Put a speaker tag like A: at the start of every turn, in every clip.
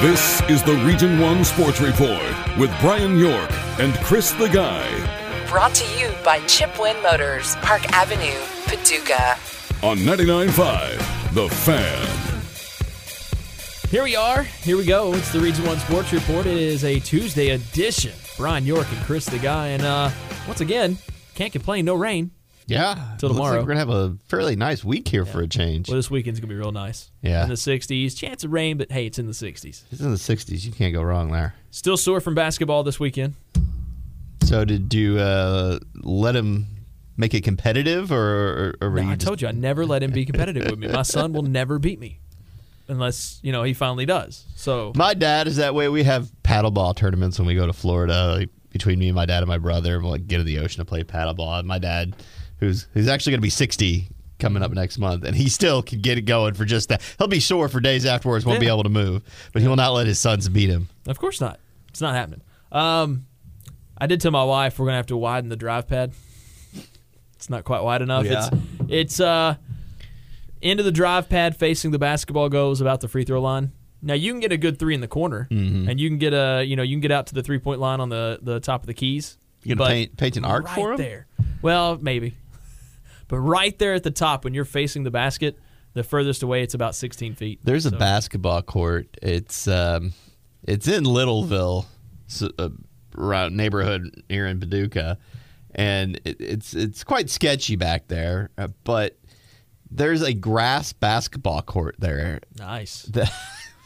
A: This is the Region 1 Sports Report with Brian York and Chris the Guy
B: Brought to you by Chipwin Motors, Park Avenue, Paducah.
A: on 99.5 The Fan.
C: Here we are. Here we go. It's the Region 1 Sports Report. It is a Tuesday edition. Brian York and Chris the Guy. And uh, once again, can't complain. No rain.
D: Yeah.
C: Till
D: Looks like
C: tomorrow.
D: we're gonna have a fairly nice week here for a change.
C: Well, this weekend's going to be real nice.
D: Yeah.
C: In the 60s. Chance of rain, but hey, it's in the 60s.
D: It's in the '60s. You can't go wrong there.
C: Still sore from basketball this weekend.
D: So did you uh, let him make it competitive, or, or, or were
C: No,
D: you
C: I
D: just-
C: told you, I never let him be competitive with me. My son will never beat me unless, you know, he finally does. So,
D: my dad is that way. We have paddleball tournaments when we go to Florida. Like, between me and my dad and my brother, we'll like, get in the ocean to play paddleball. And my dad, who's who's actually gonna be 60 coming up next month, and he still can get it going for just that. He'll be sore for days afterwards. Won't be
C: Yeah.
D: able to move, but he will not let his sons beat him.
C: of course not. It's not happening. Um, I did tell my wife we're going to have to widen the drive pad. It's not quite wide enough.
D: Yeah.
C: It's it's uh end of the drive pad facing the basketball goes about the free throw line. Now you can get a good three in the corner,
D: Mm-hmm.
C: and you can get a you know you can get out to the three point line on the the top of the keys.
D: You
C: But
D: gonna paint paint an arc
C: right
D: for him?
C: there. Well, maybe, but right there at the top when you're facing the basket, the furthest away it's about 16 feet.
D: There's a basketball court. It's um, it's in Littleville, s uh, around neighborhood here in Paducah, and it, it's it's quite sketchy back there. Uh, but there's a grass basketball court there.
C: nice.
D: That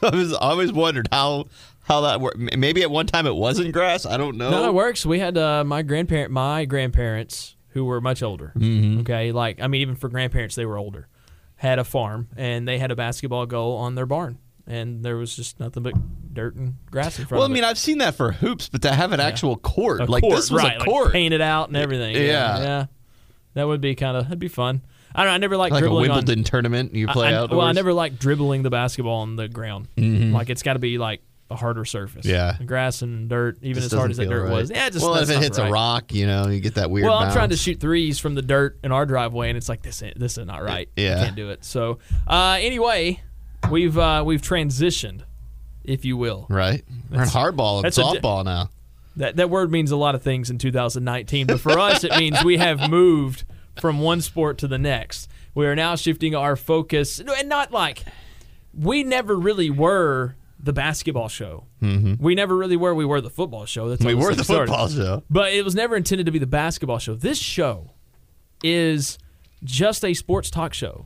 D: I was I always wondered how how that worked. Maybe at one time it wasn't grass. I don't know.
C: No, it works. We had uh, my grandparent, my grandparents who were much older.
D: Mm-hmm.
C: Okay, like I mean, even for grandparents, they were older. Had a farm, and they had a basketball goal on their barn, and there was just nothing but dirt and grass in front.
D: Well, I
C: of it.
D: mean, I've seen that for hoops, but to have an actual court
C: A
D: like
C: court,
D: this was
C: right,
D: a
C: like,
D: court.
C: painted out and everything.
D: Yeah.
C: yeah, that would be kind of that'd be fun. I don't. know. I never liked
D: like a
C: dribbling on-
D: Wimbledon tournament you play
C: I,
D: out.
C: well, I never like dribbling the basketball on the ground. Like it's got to be like a harder surface.
D: Mm-hmm. Yeah.
C: grass and dirt, even
D: Just
C: as hard as
D: doesn't
C: that
D: feel
C: dirt
D: right.
C: was. Yeah, it just
D: well,
C: that's
D: if it
C: not
D: hits
C: right.
D: a rock, you know, you get that weird.
C: Well, I'm trying to
D: bounce.
C: shoot threes from the dirt in our driveway, and it's like this. Ain't, this is not right.
D: Yeah.
C: I can't do it. So, uh, anyway, we've uh, we've transitioned, if you will.
D: Right, we're in hardball and
C: that's a di-
D: softball now.
C: That that word means a lot of things in 2019, but for us, it means we have moved from one sport to the next. We are now shifting our focus, no, and not like we never really were the basketball show. Mm-hmm. We never really were. We were the football show. That's how
D: We
C: this
D: were
C: thing
D: the
C: started.
D: football show.
C: But it was never intended to be the basketball show. This show is just a sports talk show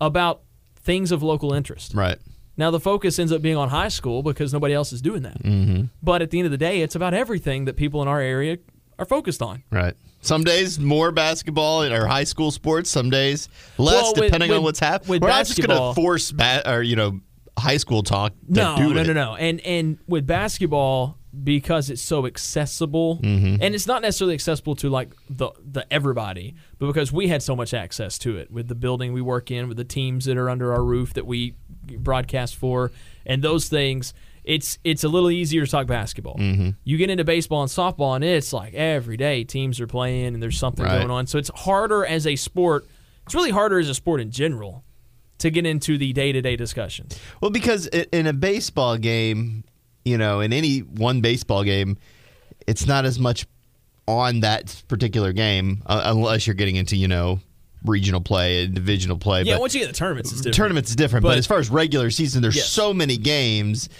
C: about things of local interest.
D: Right,
C: Now, the focus ends up being on high school because nobody else is doing that. Mm-hmm. But at the end of the day, it's about everything that people in our area are focused on.
D: right. Some days more basketball or high school sports. Some days less,
C: Well, with-
D: depending
C: with-
D: on what's happening.
C: with
D: We're not just going
C: basketball-
D: to force ba- or you know high school talk. To
C: No,
D: do
C: no,
D: it.
C: no, no. And and with basketball, because it's so accessible,
D: Mm-hmm.
C: and it's not necessarily accessible to like the the everybody, but because we had so much access to it with the building we work in, with the teams that are under our roof that we broadcast for, and those things. It's it's a little easier to talk basketball.
D: Mm-hmm.
C: You get into baseball and softball, and it's like every day teams are playing, and there's something
D: Right.
C: going on. So it's harder as a sport. It's really harder as a sport in general to get into the day to day discussions.
D: Well, because i- in a baseball game, you know, in any one baseball game, it's not as much on that particular game uh, unless you're getting into you know regional play and divisional play.
C: Yeah,
D: but
C: once you get the tournaments, it's different.
D: tournaments is different, but,
C: But-
D: as far as regular season, there's
C: Yes.
D: so many games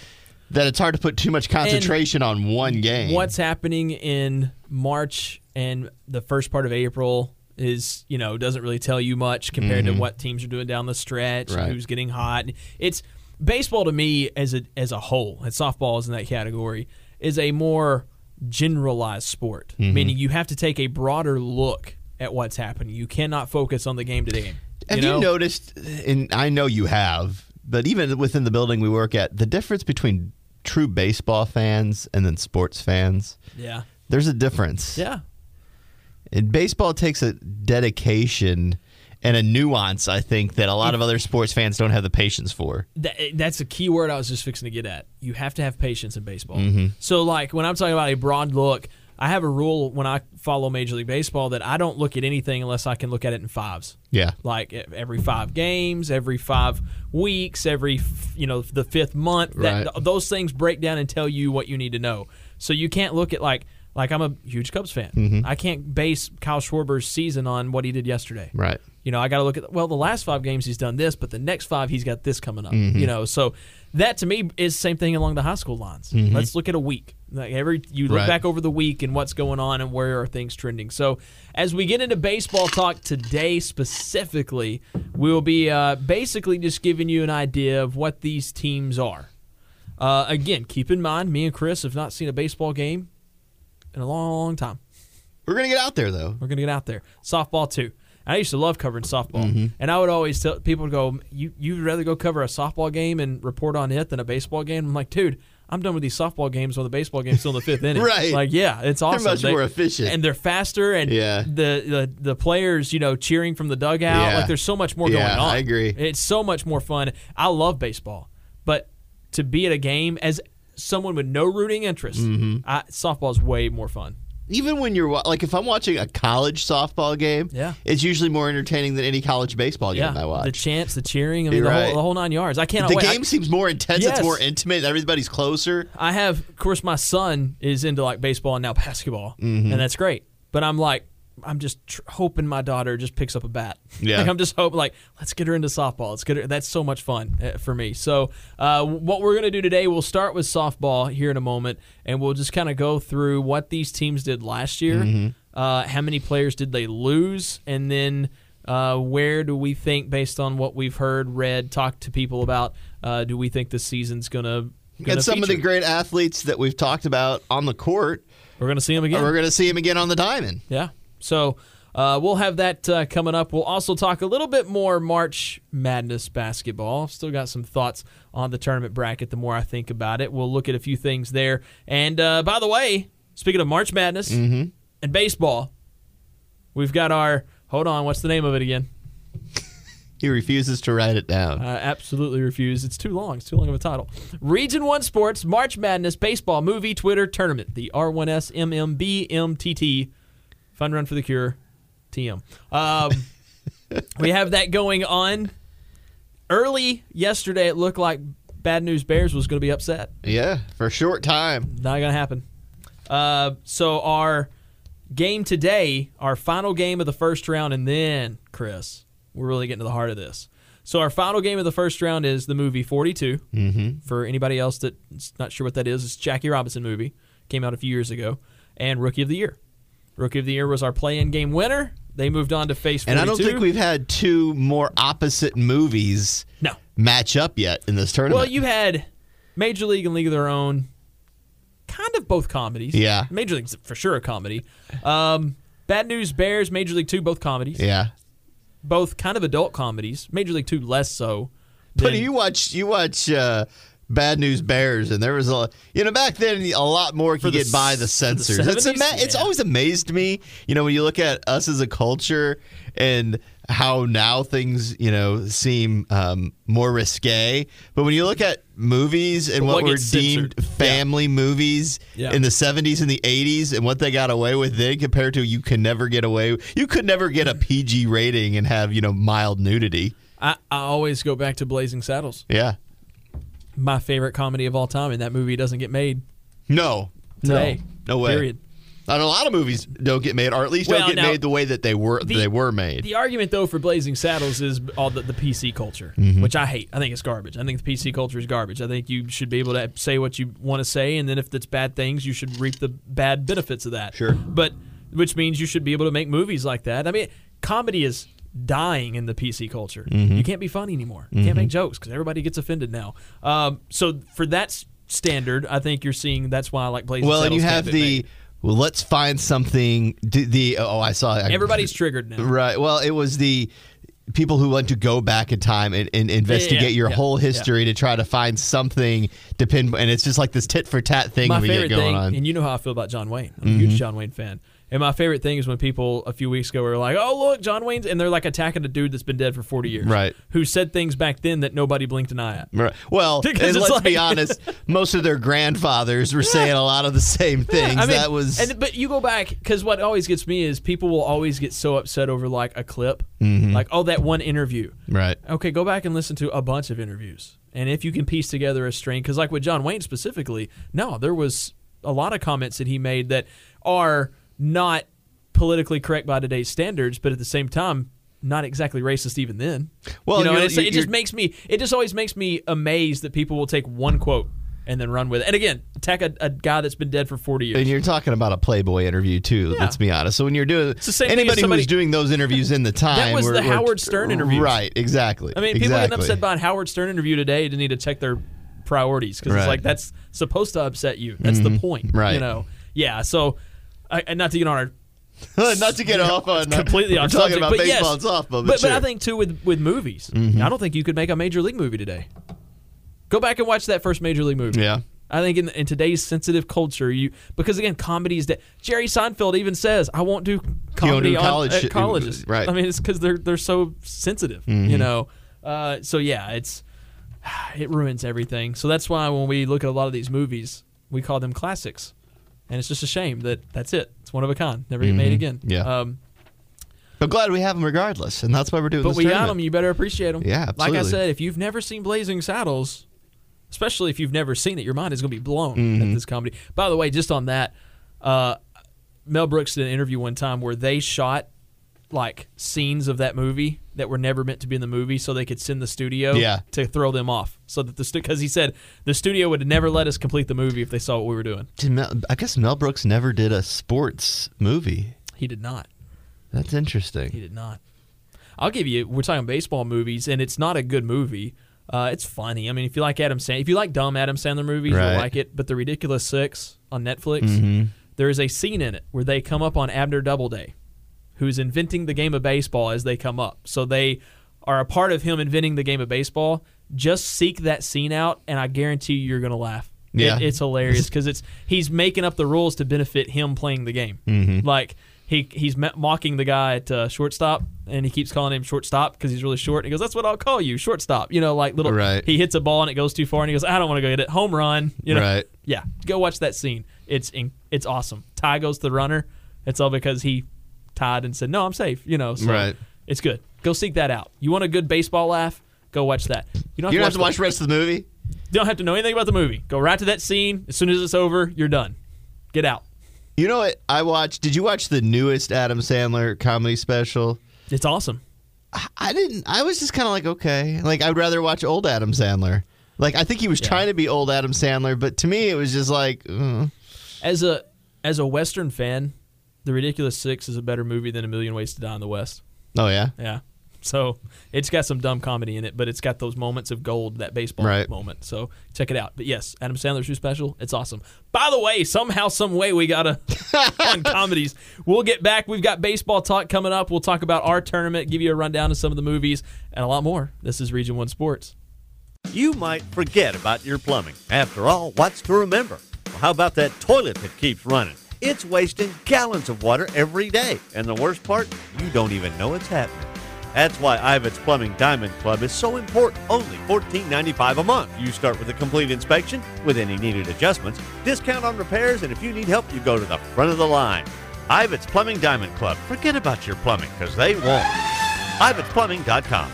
D: that it's hard to put too much concentration on one game.
C: What's happening in March and the first part of April is, you know, doesn't really tell you much compared to what teams are doing down the stretch,
D: Mm-hmm. Right.
C: who's getting hot. It's baseball to me as a as a whole, and softball is in that category, is a more generalized
D: Mm-hmm.
C: sport, meaning you have to take a broader look at what's happening. You cannot focus on the game to game.
D: Have you,
C: know?
D: noticed, and I know you have, but even within the building we work at, the difference between true baseball fans and then sports fans,
C: Yeah.
D: there's a difference.
C: Yeah.
D: And baseball takes a dedication and a nuance, I think, that a lot of other sports fans don't have the patience for.
C: That, that's a key word I was just fixing to get at. You have to have patience in baseball.
D: Mm-hmm.
C: So, like, when I'm talking about a broad look, I have a rule when I follow Major League Baseball that I don't look at anything unless I can look at it in fives.
D: Yeah.
C: Like e- every five games, every five weeks, every f- you know the fifth month. That,
D: Right.
C: th- those things break down and tell you what you need to know. So you can't look at like like I'm a huge Cubs fan.
D: Mm-hmm.
C: I can't base Kyle Schwarber's season on what he did yesterday.
D: Right.
C: You know, I got to look at well, the last five games he's done this, but the next five he's got this coming up. You know, so that to me is same thing along the high school lines. Let's look at a week. Like every you look
D: Right.
C: back over the week and what's going on and where are things trending. So as we get into baseball talk today specifically, we will be uh, basically just giving you an idea of what these teams are. Uh, again, keep in mind, me and Chris have not seen a baseball game in a long, long time.
D: We're going to get out there, though.
C: We're gonna get out there. Softball too. I used to love covering softball,
D: Mm-hmm.
C: and I would always tell people to go. You you'd rather go cover a softball game and report on it than a baseball game. I'm like, dude, I'm done with these softball games while the baseball game's still in the fifth inning.
D: Right.
C: Like, yeah, it's awesome.
D: much more efficient.
C: and they're faster, and
D: Yeah.
C: the, the the players, you know, cheering from the dugout.
D: Yeah.
C: Like, there's so much more
D: Yeah,
C: going on.
D: I agree.
C: It's so much more fun. I love baseball, but to be at a game as someone with no rooting interest,
D: Mm-hmm.
C: I, softball's way more fun.
D: even when you're wa- like if I'm watching a college softball game,
C: Yeah.
D: it's usually more entertaining than any college baseball game I
C: The
D: watch.
C: chants, the cheering, I mean,
D: You're
C: the,
D: right.
C: whole, the whole nine yards. I
D: The,
C: cannot wait. I-
D: game seems more intense.
C: Yes.
D: It's more intimate. Everybody's closer.
C: I have, of course, my son is into like baseball and now basketball,
D: Mm-hmm.
C: and that's great. But I'm like, I'm just tr- hoping my daughter just picks up a bat.
D: Yeah.
C: like I'm just hoping, like, let's get her into softball. Let's get her. That's so much fun uh, for me. So, uh, what we're gonna do today, we'll start with softball here in a moment, and we'll just kind of go through what these teams did last year,
D: Mm-hmm.
C: uh, how many players did they lose, and then. Uh, where do we think, based on what we've heard, read, talked to people about, uh, do we think the season's gonna? gonna
D: And some of the
C: feature?
D: great athletes that we've talked about on the court,
C: We're gonna see him again.
D: we're going to see them again on the diamond.
C: yeah. So uh, we'll have that uh, coming up. We'll also talk a little bit more March Madness basketball. I've still got some thoughts on the tournament bracket. The more I think about it, we'll look at a few things there. And uh, by the way, speaking of March Madness and baseball, we've got our hold on. What's the name of it again?
D: He refuses to write it down.
C: I absolutely refuse. It's too long. It's too long of a title. Region 1 Sports March Madness Baseball Movie Twitter Tournament. The R1S MMBMTT. Fun Run for the Cure. TM. Um, we have that going on. Early yesterday, it looked like Bad News Bears was going to be upset.
D: yeah, for a short time.
C: Not going to happen. Uh, so, our game today, our final game of the first round, and then, Chris, we're really getting to the heart of this. So, our final game of the first round is the movie 42. Mm-hmm. For anybody else that's not sure what that is, it's a Jackie Robinson movie. Came out a few years ago. And Rookie of the Year. Rookie of the Year was our play in game winner. They moved on to face 42.
D: And I don't think we've had two more opposite movies
C: No.
D: match up yet in this tournament.
C: Well, you had Major League and League of Their Own, kind of both comedies.
D: Yeah.
C: Major League's for sure a comedy. Um, Bad News Bears, Major League Two, both comedies.
D: yeah.
C: Both kind of adult comedies. Major League Two less so.
D: But
C: than-
D: you watch you watch uh, Bad News Bears, and there was a you know back then a lot more could
C: the
D: get by the
C: s- for the
D: censors. it's,
C: 70s?
D: ama- it's
C: Yeah.
D: always amazed me, you know, when you look at us as a culture and how now things you know seem um, more risque. But when you look at movies and
C: What
D: what, were
C: gets
D: deemed
C: censored.
D: family movies
C: Yeah.
D: in the '70s and the '80s, and what they got away with then compared to you can never get away. You could never get a PG rating and have you know mild nudity.
C: I, I always go back to Blazing Saddles,
D: Yeah.
C: my favorite comedy of all time, and that movie doesn't get made
D: No.
C: today.
D: No way.
C: Period.
D: And a lot of movies don't get made, or at least
C: Well,
D: don't get
C: now-
D: made the way that they were
C: The-
D: they were made.
C: The argument, though, for Blazing Saddles is all the, the PC culture,
D: Mm-hmm.
C: which I hate. I think it's garbage. I think the PC culture is garbage. I think you should be able to say what you want to say, and then if it's bad things, you should reap the bad benefits of that.
D: Sure.
C: But which means you should be able to make movies like that. I mean, comedy is dying in the PC culture.
D: Mm-hmm.
C: You can't be funny anymore. You can't make jokes because everybody gets offended now. Um, so for that s- standard, I think you're seeing that's why I like Blazing
D: well, and
C: Saddles.
D: you
C: can't
D: have
C: get
D: the
C: made.
D: well, let's find something. d- The oh, I saw I-
C: everybody's triggered now.
D: right. Well, it was the people who want to go back in time and, and investigate your
C: yeah,
D: whole
C: yeah.
D: history to try to find something to pin. And it's just like this tit for tat thing
C: my
D: we
C: favorite
D: get going
C: thing,
D: on. Mm-hmm.
C: and you know how I feel about John Wayne. I'm a huge John Wayne fan. And my favorite thing is when people a few weeks ago were like, "Oh, look, John Wayne's," and they're like attacking a dude that's been dead for 40 years,
D: Right.
C: Who said things back then that nobody blinked an eye at.
D: Right. Well, and
C: Because
D: let's
C: it's
D: be
C: like-
D: honest, most of their grandfathers were saying a lot of the same things.
C: I mean,
D: that was
C: and, but you go back because what always gets me is people will always get so upset over like a clip,
D: Mm-hmm.
C: like oh that one interview.
D: right.
C: Okay, go back and listen to a bunch of interviews, and if you can piece together a string, because like with John Wayne specifically, no, there was a lot of comments that he made that are not politically correct by today's standards, but at the same time. Not exactly racist, even then.
D: Well,
C: you know,
D: you're-
C: and it's, it
D: you're-
C: just makes me. It just always makes me amazed that people will take one quote and then run with it. And again, attack a, a guy that's been dead for forty years.
D: And you're talking about a Playboy interview too. Let's be honest. So when you're doing
C: the same thing as
D: anybody
C: somebody-
D: who's doing those interviews in the time,
C: was
D: we're-
C: the
D: we're-
C: Howard Stern interviews.
D: Right. Exactly.
C: I mean, people
D: exactly.
C: getting upset by a Howard Stern interview today to need to check their priorities because
D: Right. Mm-hmm.
C: it's like that's supposed to upset you. That's the point,
D: Right.
C: You know, yeah. So, I, and not to get on our
D: not to get off on
C: completely
D: we're
C: off
D: talking
C: subject,
D: about
C: but yes,
D: baseball and softball, but,
C: but, but I
D: sure. Mm-hmm.
C: think too with with movies, I don't think you could make a major league movie today. Go back and watch that first major league movie.
D: Yeah.
C: I think in, in today's sensitive culture, you because again, comedy is that Jerry Seinfeld even says, "I won't do comedy
D: do
C: on,
D: college
C: at
D: shit."
C: colleges."
D: Right. Mm-hmm.
C: I mean, it's because they're they're so sensitive, you know. Uh, so yeah, it's it ruins everything. So that's why when we look at a lot of these movies, we call them classics, and it's just a shame that that's it. It's one of a kind, never get made again.
D: Mm-hmm. Yeah.
C: Um,
D: But glad we have them regardless, and that's why we're doing.
C: but
D: this
C: we got
D: tournament.
C: them. You better appreciate them.
D: Yeah,
C: Like I
D: absolutely.
C: said, if you've never seen Blazing Saddles, especially if you've never seen it, your mind is going to be blown
D: Mm-hmm.
C: at this comedy. By the way, just on that, uh, Mel Brooks did an interview one time where they shot like scenes of that movie that were never meant to be in the movie, so they could send the studio
D: Yeah.
C: to throw them off. So that the because he said the studio would never let us complete the movie if they saw what we were doing.
D: Did Mel, I guess Mel Brooks never did a sports movie.
C: He did not.
D: That's
C: He
D: interesting.
C: did not. I'll give you. We're talking baseball movies, and it's not a good movie. Uh, it's funny. I mean, if you like Adam Sandler, if you like dumb Adam Sandler movies,
D: Right.
C: you'll like it. But the Ridiculous Six on Netflix, there is a scene in it where they come up on Abner Doubleday, who's inventing the game of baseball as they come up. So they are a part of him inventing the game of baseball. Just seek that scene out, and I guarantee you, you're gonna laugh. It-
D: Yeah.
C: it's hilarious because it's he's making up the rules to benefit him playing the game. Mm-hmm. Like he he's ma- mocking the guy at uh, shortstop, and he keeps calling him shortstop because he's really short. And he goes, "That's what I'll call you, shortstop." You know, like little.
D: Right.
C: He hits a ball and it goes too far, and he goes, "I don't want to go hit it. Home run." You know.
D: Right.
C: Yeah. Go watch that scene. It's in, it's awesome. Ty goes to the runner. It's all because he tied and said, "No, I'm safe." You know. So
D: Right.
C: It's good. Go seek that out. You want a good baseball laugh? Go watch that. You don't
D: You don't
C: have
D: have to watch the rest of the movie.
C: you don't have to know anything about the movie. Go right to that scene. As soon as it's over, you're done. Get out.
D: You know what? I watched. Did you watch the newest Adam Sandler comedy special?
C: It's awesome.
D: I didn't. I was just kind of like, okay. Like, I'd rather watch old Adam Sandler. Like, I think he was trying to be old Adam Sandler, but to me, it was just like, uh,
C: As a as a Western fan, The Ridiculous Six is a better movie than A Million Ways to Die in the West.
D: oh yeah,
C: Yeah. So it's got some dumb comedy in it, but it's got those moments of gold, that baseball
D: Right.
C: moment. So check it out. But yes, Adam Sandler's new special, it's awesome. By the way, somehow, some way, we got to on comedies. We'll get back. We've got baseball talk coming up. We'll talk about our tournament, give you a rundown of some of the movies, and a lot more. This is Region One Sports.
E: you might forget about your plumbing. After all, what's to remember? Well, how about that toilet that keeps running? It's wasting gallons of water every day. And the worst part, you don't even know it's happening. That's why Ivan's Plumbing Diamond Club is so important, only $14.95 a month. You start with a complete inspection with any needed adjustments, discount on repairs, and if you need help, you go to the front of the line. Ivan's Plumbing Diamond Club. Forget about your plumbing, because they won't. Ivan'sPlumbing.com.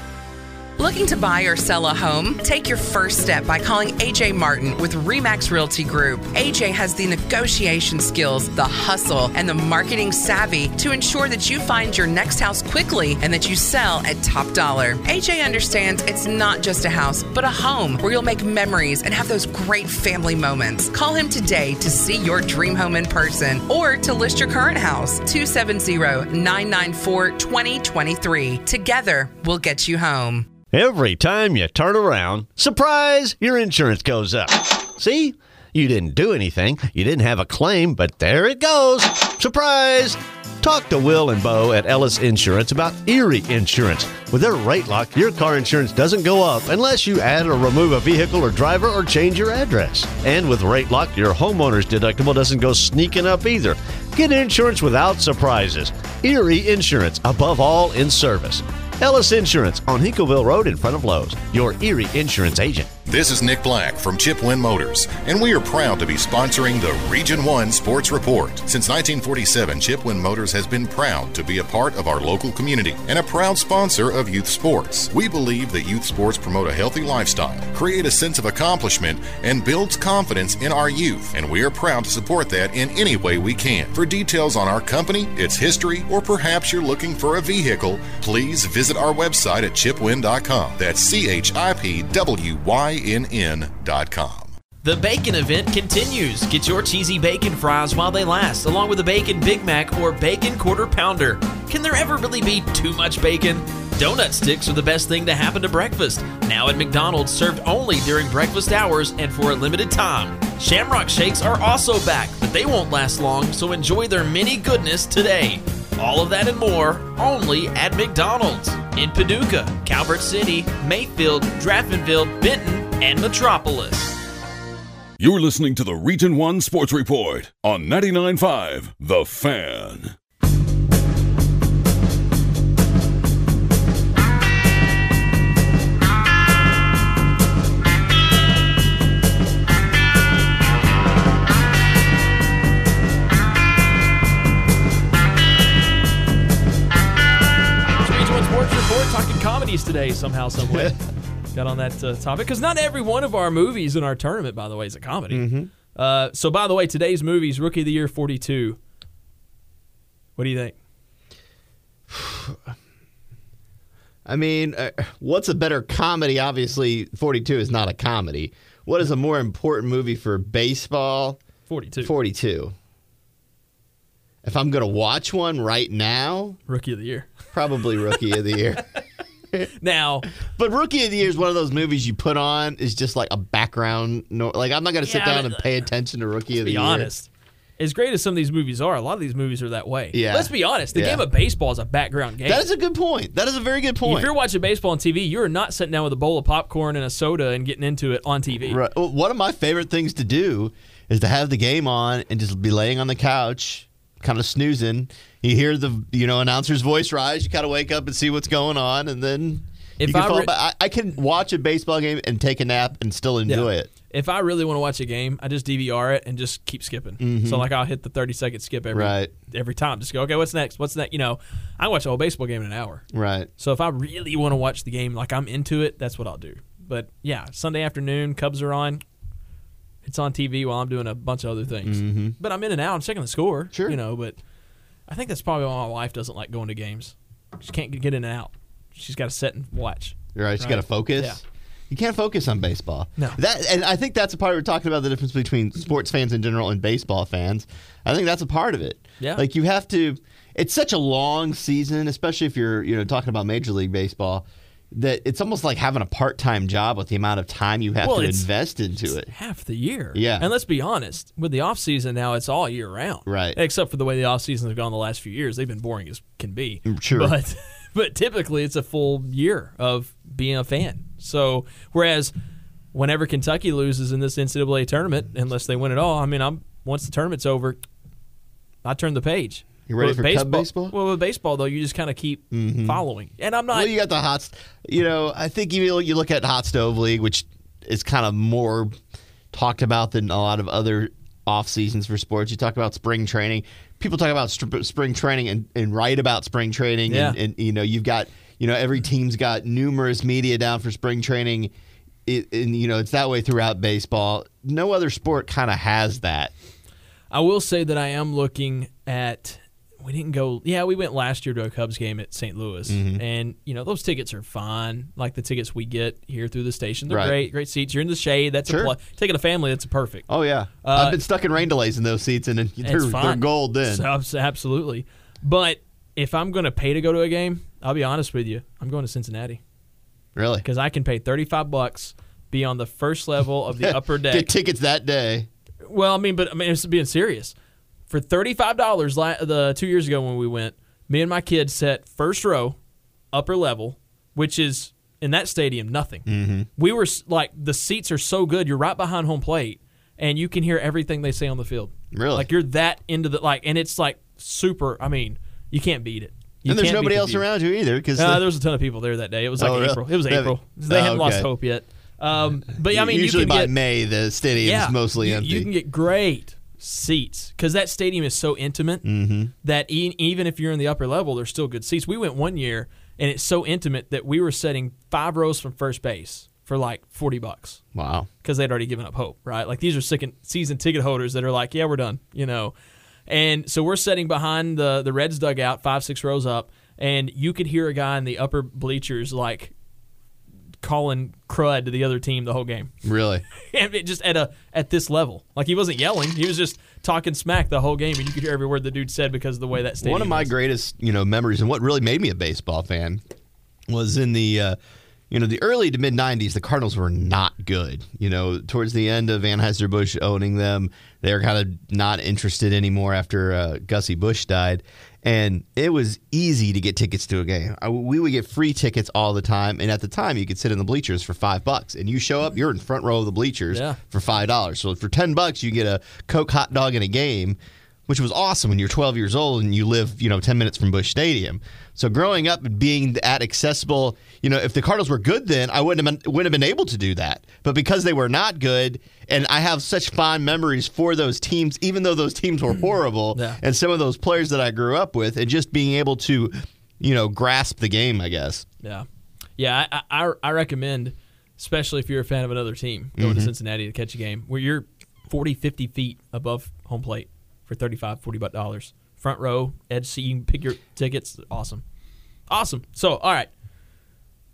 B: Looking to buy or sell a home? Take your first step by calling AJ Martin with Remax Realty Group. AJ has the negotiation skills, the hustle, and the marketing savvy to ensure that you find your next house quickly and that you sell at top dollar. AJ understands it's not just a house, but a home where you'll make memories and have those great family moments. Call him today to see your dream home in person or to list your current house 270 994 2023. Together, we'll get you home.
E: Every time you turn around, surprise, your insurance goes up. See? You didn't do anything, you didn't have a claim, but there it goes. Surprise! Talk to Will and Bo at Ellis Insurance about Erie Insurance. With their rate lock, your car insurance doesn't go up unless you add or remove a vehicle or driver or change your address. And with rate lock, your homeowner's deductible doesn't go sneaking up either. Get insurance without surprises. Erie Insurance, above all in service. Ellis Insurance on Hinkleville Road in front of Lowe's, your Erie Insurance agent.
F: This is Nick Black from Chip Win Motors, and we are proud to be sponsoring the Region 1 Sports Report. Since 1947, Chip Win Motors has been proud to be a part of our local community and a proud sponsor of youth sports. We believe that youth sports promote a healthy lifestyle, create a sense of accomplishment, and builds confidence in our youth, and we are proud to support that in any way we can. For details on our company, its history, or perhaps you're looking for a vehicle, please visit our website at chipwin.com. That's C H I P W Y N N.com.
C: The bacon event continues. Get your cheesy bacon fries while they last, along with a bacon Big Mac or bacon quarter pounder. Can there ever really be too much bacon? Donut sticks are the best thing to happen to breakfast. Now at McDonald's, served only during breakfast hours and for a limited time. Shamrock shakes are also back, but they won't last long, so enjoy their mini goodness today. All of that and more only at McDonald's in Paducah, Calvert City, Mayfield, Draffenville, Benton, and Metropolis.
A: You're listening to the Region 1 Sports Report on 99.5 The Fan.
G: It's Region One Sports Report talking comedies today somehow, someway. Got on that uh, topic because not every one of our movies in our tournament, by the way, is a comedy.
D: Mm-hmm.
G: Uh, so, by the way, today's movies: Rookie of the Year, forty-two. What do you think?
D: I mean, uh, what's a better comedy? Obviously, 42 is not a comedy. What is a more important movie for baseball?
G: Forty-two.
D: 42. If I'm going to watch one right now,
G: Rookie of the Year.
D: probably Rookie of the Year.
G: Now,
D: But Rookie of the Year is one of those movies you put on is just like a background. No, like I'm not going to sit
G: Yeah,
D: down
G: but-
D: and pay attention to Rookie of the
G: be
D: Year.
G: honest. As great as some of these movies are, a lot of these movies are that way.
D: Yeah.
G: Let's be honest. The
D: Yeah.
G: game of baseball is a background game.
D: That is a good point. That is a very good
G: If
D: point.
G: you're watching baseball on TV, you're not sitting down with a bowl of popcorn and a soda and getting into it on TV.
D: Right. Well, One of my favorite things to do is to have the game on and just be laying on the couch, kind of snoozing. You hear the you know announcer's voice rise. You kind of wake up and see what's going on, and then
G: If
D: you can
G: I
D: fall
G: re-
D: back. I, I can watch a baseball game and take a nap and still enjoy it.
G: If I really want to watch a game, I just DVR it and just keep skipping. So like I'll hit the 30 second skip every
D: Mm-hmm. Right.
G: every time. Just go, okay, what's next? What's next? You know, I watch a whole baseball game in an hour.
D: Right.
G: So if I really want to watch the game, like I'm into it, that's what I'll do. But yeah, Sunday afternoon, Cubs are on. It's on TV while I'm doing a bunch of other things. But I'm in and out. I'm checking the score.
D: Mm-hmm. Sure.
G: You know, but I think that's probably why my wife doesn't like going to games. She can't get in and out. She's got to sit and watch.
D: You're right. You got to focus.
G: Yeah.
D: You can't focus on baseball.
G: No.
D: That and I think that's a part we're talking about the difference between sports fans in general and baseball fans. I think that's a part of it.
G: Yeah.
D: Like you have to it's such a long season, especially if you're, you know, talking about major league baseball, that it's almost like having a part-time job with the amount of time you have
G: Well,
D: to
G: it's-
D: invest into it.
G: half the year.
D: Yeah.
G: And let's be honest, with the off season now, it's all year round.
D: Right.
G: Except for the way the off season has gone the last few years, they've been boring as can be.
D: Mm, Sure.
G: But but typically it's a full year of being a fan. So whereas whenever Kentucky loses in this NCAA tournament, unless they win it all, I mean, I'm once the tournament's over, I turn the page.
D: You ready
G: With
D: for Cub baseball? Mm-hmm.
G: Well, with baseball though, you just kind of keep following, and I'm not.
D: Well, you got the hot. st- You know, I think you you look at hot stove league, which is kind of more talked about than a lot of other off seasons for sports. You talk about spring training. People talk about str- spring training and, and write about spring training. And,
G: Yeah.
D: and you know, you've got you know every team's got numerous media down for spring training. It, and you know, it's that way throughout baseball. No other sport kind of has that.
G: I will say that I am looking at. We didn't go. Yeah, we went last year to a Cubs game at St. Louis, and you know those tickets are fine. Like the tickets we get here through the station, they're
D: Right.
G: great, great seats. You're in the shade. That's
D: Sure.
G: a plus. Taking a family, that's a perfect.
D: Oh yeah, I've been stuck in rain delays in those seats, and then they're,
G: Uh, it's fine.
D: they're gold. Then
G: So, abs- absolutely. But if I'm going to pay to go to a game, I'll be honest with you, I'm going to Cincinnati
D: really,
G: because I can pay 35 bucks, be on the first level of the upper deck.
D: get tickets that day.
G: Well, I mean, but I mean, it's being serious. for thirty five dollars la- the two years ago when we went. Me and my kids sat first row, upper level, which is in that stadium nothing.
D: Mm-hmm.
G: We were s- like the seats are so good, you're right behind home plate, and you can hear everything they say on the field.
D: Really?
G: like you're that into the like, and it's like super. I mean, you can't beat it. You
D: and there's
G: can't be
D: nobody else
G: confused.
D: around you either because
G: Uh, there was a ton of people there that day. It was like
D: Oh, really?
G: April. It was
D: They-
G: April. They
D: Oh,
G: hadn't lost
D: okay.
G: hope yet. Um, but I mean,
D: usually
G: you can
D: by
G: get,
D: May the stadium's
G: yeah,
D: mostly
G: you,
D: empty.
G: You can get great seats because that stadium is so intimate
D: Mm-hmm.
G: that e- even if you're in the upper level, there's still good seats. We went one year and it's so intimate that we were setting five rows from first base for like forty bucks
D: wow.
G: because they'd already given up hope, right? Like these are second season ticket holders that are like, yeah, we're done, you know. And so we're sitting behind the the Reds dugout, five six rows up, and you could hear a guy in the upper bleachers like calling crud to the other team the whole game,
D: Really?
G: and it just at a at this level. Like he wasn't yelling, he was just talking smack the whole game, and you could hear every word the dude said because of the way that stadium.
D: One of my
G: is.
D: greatest, you know, memories and what really made me a baseball fan was in the uh, you know, the early to mid 90s, the Cardinals were not good. You know, towards the end of Anheuser-Busch owning them, they were kind of not interested anymore after uh, Gussie Bush died. And it was easy to get tickets to a game. I, we would get free tickets all the time. And at the time, you could sit in the bleachers for five bucks. And you show up, you're in front row of the bleachers
G: Yeah.
D: for five dollars. So for ten bucks, you get a Coke hot dog and a game, which was awesome when you're 12 years old and you live, you know, 10 minutes from Bush Stadium. So growing up and being that accessible, you know, if the Cardinals were good, then I wouldn't have been, wouldn't have been able to do that. But because they were not good, and I have such fond memories for those teams, even though those teams were horrible,
G: Yeah.
D: and some of those players that I grew up with, and just being able to, you know, grasp the game, I guess.
G: Yeah, yeah. I, I I recommend, especially if you're a fan of another team, going
D: Mm-hmm.
G: to Cincinnati to catch a game where you're 40, 50 feet above home plate for 35 40 buck dollars. Front row, edge seat. You can pick your tickets. Awesome, awesome. So, all right,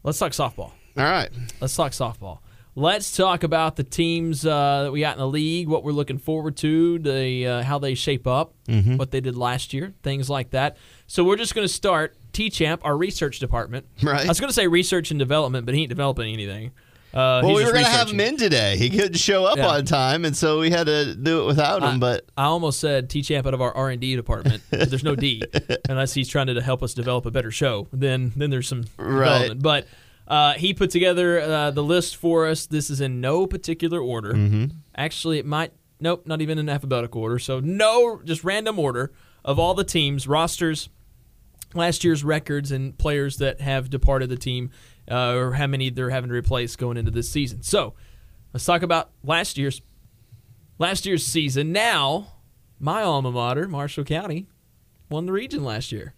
G: let's talk softball.
D: All right,
G: Let's talk softball. Let's talk about the teams uh, that we got in the league, what we're looking forward to, the uh, how they shape up,
D: Mm-hmm.
G: what they did last year, things like that. So we're just going to start T-Champ, our research department.
D: Right.
G: I was going to say research and development, but he ain't developing anything. Uh,
D: well,
G: he's
D: we
G: just
D: were going to have
G: researching.
D: him in today. He couldn't show up
G: Yeah.
D: on time, and so we had to do it without him. but
G: I almost said T-Champ out of our R&D department. but there's no D, unless he's trying to help us develop a better show. Then then there's some
D: Right.
G: development. But uh, he put together uh, the list for us. This is in no particular order. Actually, it might nope, not even in alphabetical order. So no, just random order of all the teams rosters last year's records and players that have departed the team uh, or how many they're having to replace going into this season. So let's talk about last year's last year's season. Now, my alma mater, Marshall County, won the region last year.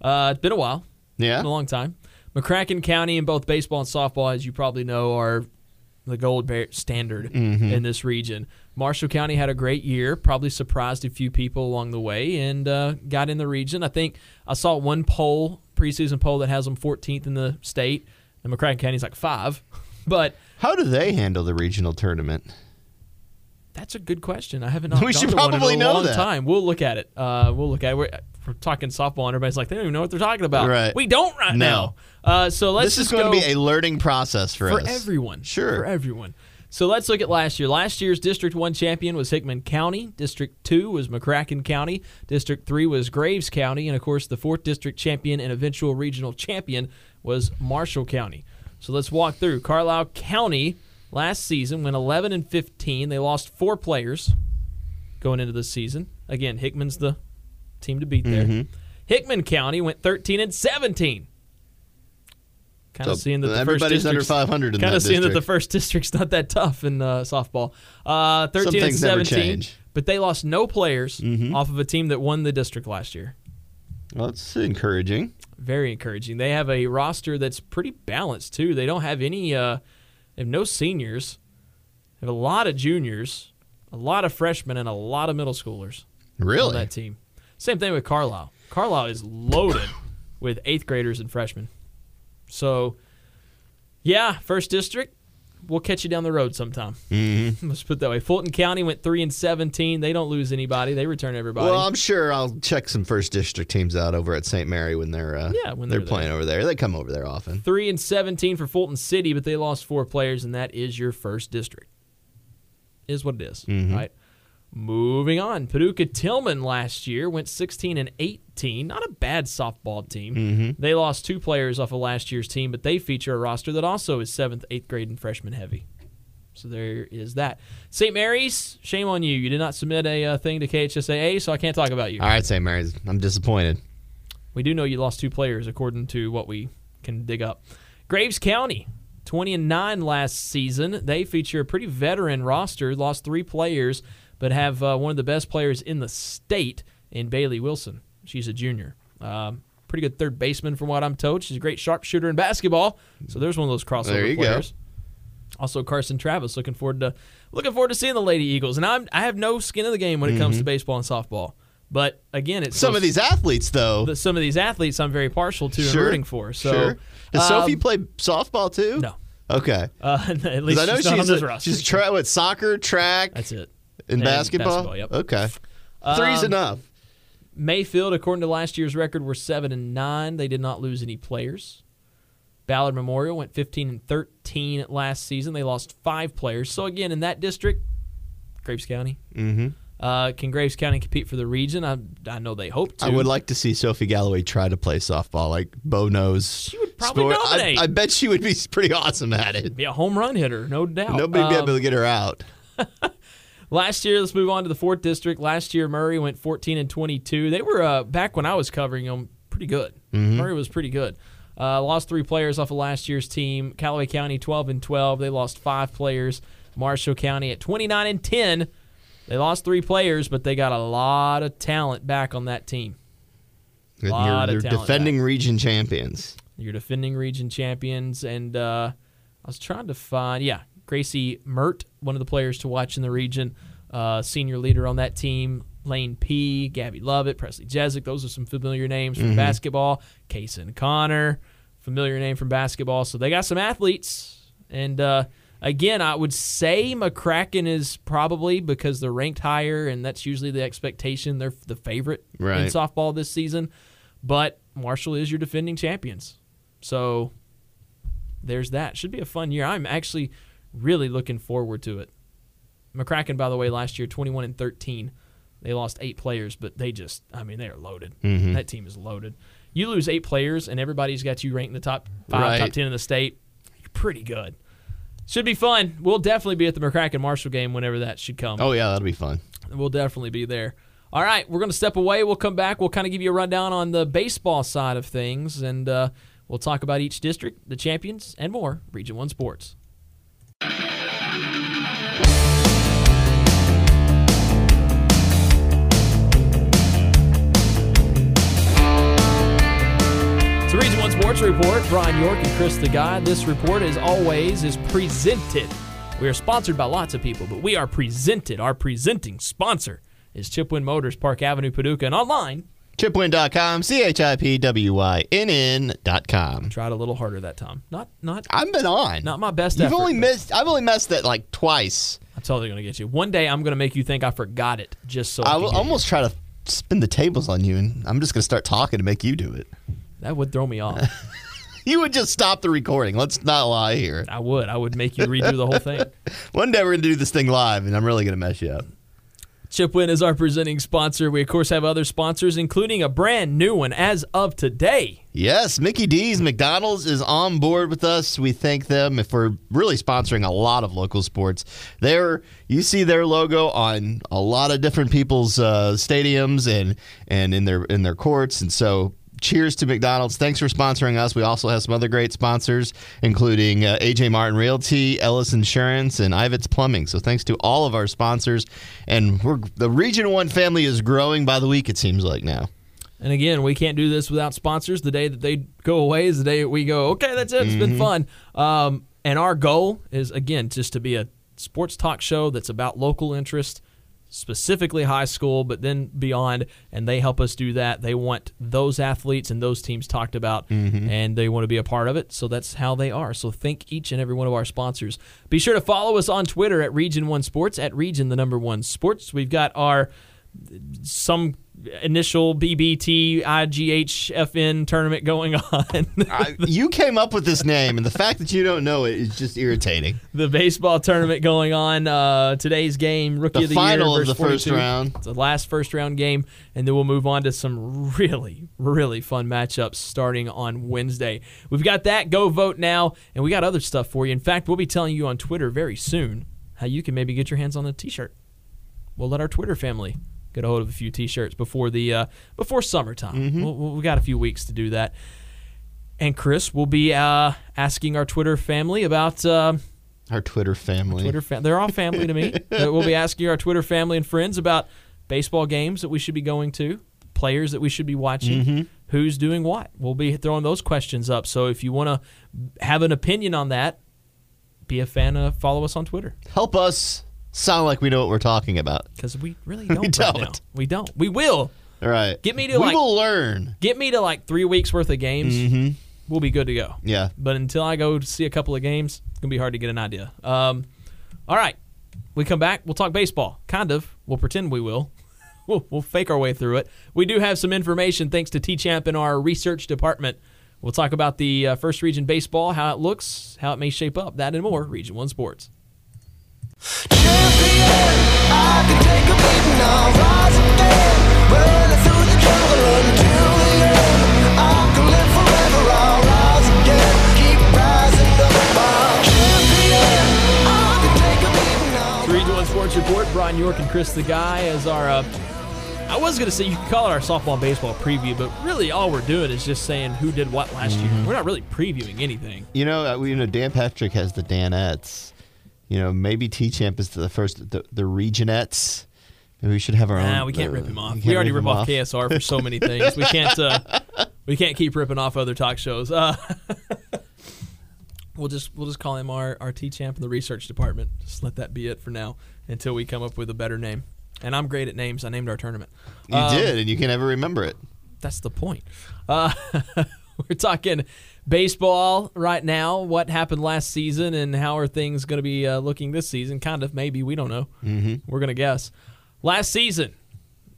G: Uh, it's been a while.
D: Yeah.
G: Been a long time. McCracken County in both baseball and softball, as you probably know, are the gold bear standard in this region. Marshall County had a great year, probably surprised a few people along the way, and uh, got in the region. I think I saw one poll, preseason poll, that has them 14th in the state, and McCracken County's like five. But
D: How do they handle the regional tournament?
G: That's a good question. I haven't. Not
D: We
G: gone
D: should
G: to one in
D: probably
G: a
D: know
G: long
D: that.
G: Time. We'll look at it. Uh, we'll look at it. We're, we're talking softball, and everybody's like, they don't even know what they're talking about.
D: Right.
G: We don't right
D: No.
G: now. Uh, so let's
D: this is
G: just
D: going
G: go
D: to be a learning process for,
G: for
D: us.
G: everyone.
D: Sure.
G: for everyone. So let's look at last year. Last year's District One champion was Hickman County. District Two was McCracken County. District Three was Graves County, and of course, the fourth district champion and eventual regional champion was Marshall County. So let's walk through Carlisle County. Last season, went 11 and 15. They lost four players going into this season. Again, Hickman's the team to beat there.
D: Mm-hmm.
G: Hickman County went 13 and 17. Kind of
D: So
G: seeing that the
D: everybody's
G: first
D: under
G: district's-
D: 500 in
G: Kind
D: that
G: of seeing that the
D: district.
G: first district's not that tough in uh, softball. Uh, 13
D: Some
G: and
D: things never
G: 17,
D: change. Mm-hmm.
G: but they lost no players off of a team that won the district last year.
D: Well, that's encouraging.
G: Very encouraging. They have a roster that's pretty balanced too. They don't have any, uh, they have no seniors. They have a lot of juniors, a lot of freshmen, and a lot of middle schoolers on
D: Really?
G: that team. Same thing with Carlisle. Carlisle is loaded with eighth graders and freshmen. So, yeah, first district. We'll catch you down the road sometime. Mm-hmm. Let's put it that way. Fulton County went three and seventeen. They don't lose anybody. They return everybody.
D: Well, I'm sure I'll check some first district teams out over at St. Mary when they're uh,
G: Yeah, when they're
D: playing over there. They come over there often.
G: three and seventeen for Fulton City, but they lost four players, and that is your first district. Is what it is, right? Moving on, Paducah Tillman last year went 16 and 18. Not a bad softball team. They lost two players off of last year's team, but they feature a roster that also is seventh, eighth grade, and freshman heavy. So there is that. St. Mary's, shame on you. You did not submit a uh, thing to KHSAA, so I can't talk about you.
D: All right, St. Mary's. I'm disappointed.
G: We do know you lost two players, according to what we can dig up. Graves County, 20 and 9 last season. They feature a pretty veteran roster, lost three players, but have uh, one of the best players in the state in Bailey Wilson. She's a junior. Um, pretty good third baseman, from what I'm told. She's a great sharpshooter in basketball. So there's one of those crossover
D: There you go.
G: players. Also, Carson Travis. Looking forward to looking forward to seeing the Lady Eagles. And I'm I have no skin in the game when it comes to baseball and softball. But again, it's
D: Mm-hmm. Some
G: so-
D: of these athletes, though.
G: but some of these athletes I'm very partial to and
D: Sure.
G: rooting for. So
D: sure. Does
G: um,
D: Sophie play softball too?
G: No.
D: Okay.
G: Uh, at least
D: Because I know
G: she's, not on
D: she's
G: this
D: a,
G: roster.
D: she's try what soccer, track,
G: That's it.
D: and, basketball.
G: yep. Um,
D: Okay. Three's enough.
G: Mayfield, according to last year's record, were seven and nine. They did not lose any players. Ballard Memorial went 15 and 13 last season. They lost five players. So again, in that district, Graves County. Mm-hmm. Uh, can Graves County compete for the region? I, I know they hope to.
D: I would like to see Sophie Galloway try to play softball, like Bo knows. She
G: would probably dominate.
D: I, I bet she would be pretty awesome at it.
G: be a home run hitter, no doubt.
D: Nobody'd be
G: Um,
D: able to get her out.
G: Last year, let's move on to the fourth district. Last year, Murray went 14 and 22. They were uh, back when I was covering them, pretty good. Murray was pretty good. Uh, lost three players off of last year's team. Callaway County 12 and 12. They lost five players. Marshall County at 29 and 10. They lost three players, but they got a lot of talent back on that team.
D: And
G: lot
D: you're- you're
G: of talent
D: defending region champions.
G: Your defending region champions, and uh, I was trying to find, yeah, Gracie Mert, one of the players to watch in the region, uh, senior leader on that team. Lane P, Gabby Lovett, Presley Jezik. Those are some familiar names from basketball. Kaysen Connor, familiar name from basketball. So they got some athletes. And uh, again, I would say McCracken is probably because they're ranked higher, and that's usually the expectation. They're the favorite in
D: Right.
G: softball this season. But Marshall is your defending champions. So there's that. Should be a fun year. I'm actually really looking forward to it. McCracken, by the way, last year 21 and 13. They lost eight players, but they just, I mean, they are loaded.
D: Mm-hmm.
G: That team is loaded. You lose eight players, and everybody's got you ranked in the top five,
D: Right.
G: top 10 in the state. You're pretty good. Should be fun. We'll definitely be at the McCracken Marshall game whenever that should come.
D: Oh yeah, that'll be fun.
G: We'll definitely be there. All right, we're going to step away. We'll come back. We'll kind of give you a rundown on the baseball side of things, and uh, we'll talk about each district, the champions, and more. Region 1 Sports. It's the Region 1 Sports Report. Brian York and Chris the Guy. This report, as always, is presented. We are sponsored by lots of people, but we are presented. Our presenting sponsor is Chipwin Motors, Park Avenue, Paducah, and online.
D: Chipwin.com, C H I P W Y N N dot com.
G: Tried a little harder that time. Not, not.
D: I've been on.
G: Not my best
D: You've
G: effort,
D: only
G: but-
D: missed I've only messed it like twice.
G: I'm totally gonna get you. One day I'm gonna make you think I forgot it, just so
D: I
G: I, can
D: will
G: get you.
D: almost try to spin the tables on you and I'm just gonna start talking to make you do it.
G: That would throw me off.
D: You would just stop the recording. Let's not lie here.
G: I would. I would make you redo the whole thing.
D: One day we're gonna do this thing live and I'm really gonna mess you up.
G: Chipwin is our presenting sponsor. We of course have other sponsors, including a brand new one as of today.
D: Yes, Mickey D's McDonald's is on board with us. We thank them for really sponsoring a lot of local sports. There, you see their logo on a lot of different people's uh, stadiums and and in their in their courts, and so. Cheers to McDonald's. Thanks for sponsoring us. We also have some other great sponsors, including uh, AJ Martin Realty, Ellis Insurance, and Ivets Plumbing. So thanks to all of our sponsors. And we're, the Region 1 family is growing by the week, it seems like now.
G: And again, we can't do this without sponsors. The day that they go away is the day we go, okay, that's it. It's been fun. Um, and our goal is, again, just to be a sports talk show that's about local interest, specifically high school, but then beyond. And they help us do that. They want those athletes and those teams talked about, and they want to be a part of it. So that's how they are. So thank each and every one of our sponsors. Be sure to follow us on Twitter at Region One Sports, at Region the number one sports. We've got our some initial BBT IGHFN tournament going on.
D: I, you came up with this name, and the fact that you don't know it is just irritating.
G: the baseball tournament going on. Uh, today's game, rookie
D: The
G: of the
D: final
G: year,
D: of
G: versus
D: the first
G: 42.
D: round.
G: It's the last first round game, and then we'll move on to some really, really fun matchups starting on Wednesday. We've got that. Go vote now, and we got other stuff for you. In fact, we'll be telling you on Twitter very soon how you can maybe get your hands on a T-shirt. We'll let our Twitter family get a hold of a few T-shirts before the uh, before summertime.
D: Mm-hmm.
G: We'll, we'll- we got a few weeks to do that. And Chris will be uh, asking our Twitter family about. Uh,
D: Our Twitter family.
G: Twitter fam- they're all family to me. But we'll be asking our Twitter family and friends about baseball games that we should be going to, players that we should be watching,
D: Mm-hmm.
G: who's doing what. We'll be throwing those questions up. So if you want to have an opinion on that, be a fan of follow us on Twitter
D: Help us sound like we know what we're talking about.
G: because we really don't. right
D: don't.
G: now. We don't. We will.
D: All right.
G: Get me to,
D: We
G: like-
D: will learn.
G: Get me to like three weeks worth of games. We'll be good to go.
D: Yeah.
G: But until I go to see a couple of games, it's gonna be hard to get an idea. Um, all right, we come back. We'll talk baseball, kind of. We'll pretend we will. We'll, we'll fake our way through it. We do have some information thanks to T Champ in our research department. We'll talk about the uh, first region baseball, how it looks, how it may shape up, that and more. Region One Sports. It's the Region One Sports Report. Brian York and Chris the Guy as our. Uh, I was going to say you could call it our softball baseball preview, but really all we're doing is just saying who did what last
D: Mm-hmm.
G: year. We're not really previewing anything.
D: You know, uh, we- you know, Dan Patrick has the Danettes. You know, maybe T Champ is the first, the, the Regionettes. Maybe we should have our own.
G: Nah, we can't
D: uh,
G: rip him off.
D: can't
G: We already
D: rip
G: rip
D: him
G: off, KSR for so many things. We can't. Uh, we can't keep ripping off other talk shows. Uh, we'll just we'll just call him our our T champ in the research department. Just let that be it for now until we come up with a better name. And I'm great at names. I named our tournament.
D: You
G: Um,
D: did, and you can never remember it.
G: That's the point. Uh, we're talking baseball right now. What happened last season, and how are things going to be uh, looking this season? Kind of, maybe we don't know. Mm-hmm. We're going to guess. Last season,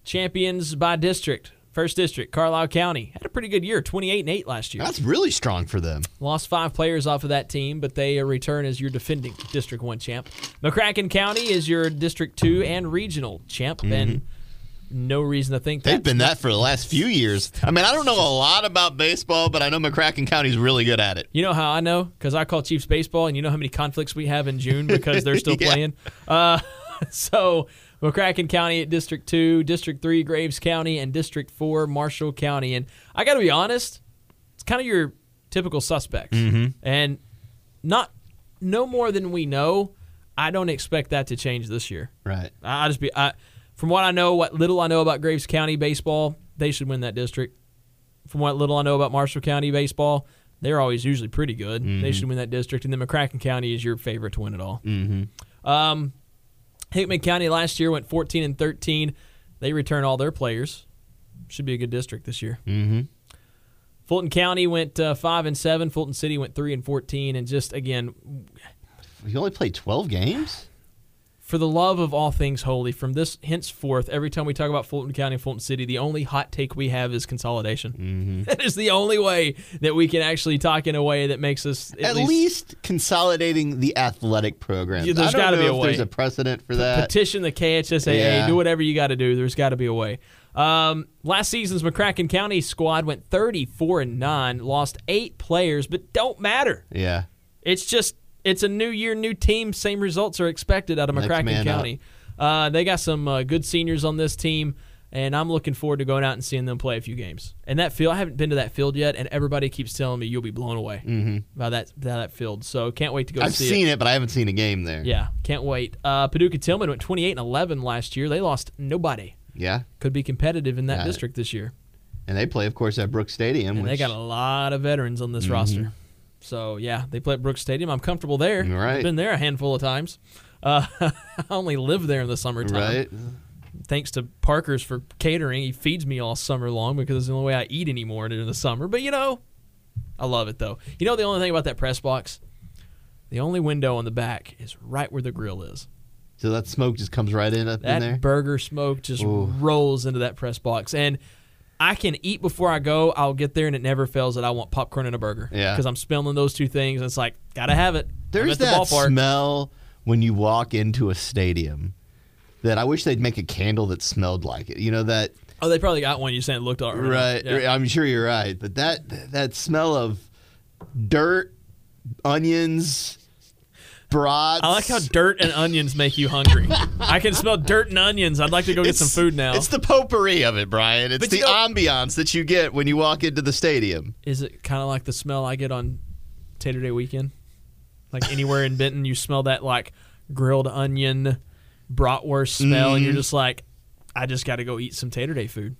G: champions by district. First district, Carlisle County had a pretty good year, twenty-eight and eight last year.
D: That's really strong for them.
G: Lost five players off of that team, but they uh, return as your defending District 1 champ. McCracken County is your District 2 and regional champ, and no reason to think
D: Mm-hmm. They've
G: that's
D: been that for the last few years. I mean, I don't know a lot about baseball, but I know McCracken County's really good at it.
G: You know how I know? Because I call Chiefs baseball, and you know how many conflicts we have in June because they're still playing. Uh, so McCracken County at District Two, District Three, Graves County, and District Four, Marshall County. And I got to be honest, it's kind of your typical suspects, and not no more than we know. I don't expect that to change this year.
D: Right.
G: I I just be I, from what I know, what little I know about Graves County baseball, they should win that district. From what little I know about Marshall County baseball, they're always usually pretty good. They should win that district, and then McCracken County is your favorite to win it all. Mm-hmm. Um, Hickman County last year went 14 and 13. They return all their players. Should be a good district this year. Mm-hmm. Fulton County went uh, five and seven. Fulton City went three and 14, and just again
D: You only played 12 games?
G: for the love of all things holy, from this henceforth, every time we talk about Fulton County and Fulton City, the only hot take we have is consolidation.
D: Mm-hmm.
G: That is the only way that we can actually talk in a way that makes us at,
D: At least, consolidating the athletic program.
G: Yeah, there's
D: got
G: gotta
D: to
G: be a
D: if There's
G: way.
D: a precedent for that.
G: petition the KHSAA,
D: Yeah.
G: do whatever you got to do. There's got to be a way. Um, last season's McCracken County squad went 34 and 9, lost eight players, but don't matter.
D: yeah.
G: It's just it's a new year, new team. Same results are expected out of
D: Next
G: McCracken
D: man
G: County. Uh, they got some uh, good seniors on this team, and I'm looking forward to going out and seeing them play a few games. And that field, I haven't been to that field yet, and everybody keeps telling me you'll be blown away by that by that field. So can't wait to go
D: Mm-hmm. I've
G: see
D: seen it. but I haven't seen a game there.
G: Yeah, can't wait. Uh, Paducah Tillman went 28 and 11 last year. They lost nobody.
D: Yeah.
G: Could be competitive in that
D: Got it.
G: district this year.
D: And they play, of course, at Brooks Stadium.
G: And
D: which, Mm-hmm.
G: they got a lot of veterans on this roster. So yeah, they play at Brooks Stadium. I'm comfortable there.
D: You're right.
G: I've been there a handful of times. Uh, I only live there in the summertime.
D: Right?
G: Thanks to Parker's for catering. He feeds me all summer long because it's the only way I eat anymore during the summer. But you know, I love it though. You know the only thing about that press box? The only window on the back is right where the grill is.
D: So that smoke just comes right in up in
G: That
D: there.
G: burger smoke just rolls into that press box, and I can eat before I go. I'll get there, and it never fails that I want popcorn and a burger.
D: Yeah.
G: because I'm spilling those two things. And it's like gotta have it. I'm
D: There's
G: at the
D: that
G: ballpark.
D: smell when you walk into a stadium that I wish they'd make a candle that smelled like it. You know that
G: Oh, they probably got one. You saying it looked all
D: right?
G: Yeah.
D: I'm sure you're right, but that that smell of dirt, onions, brats.
G: I like how dirt and onions make you hungry. I can smell dirt and onions. I'd like to go get some food now.
D: It's the potpourri of it, Brian. It's
C: But
D: the
C: you know-
D: ambiance that you get when you walk into the stadium.
G: Is it kind of like the smell I get on Tater Day weekend? Like anywhere in Benton, you smell that like grilled onion, bratwurst smell, and
D: Mm-hmm.
G: you're just like, I just got to go eat some Tater Day food.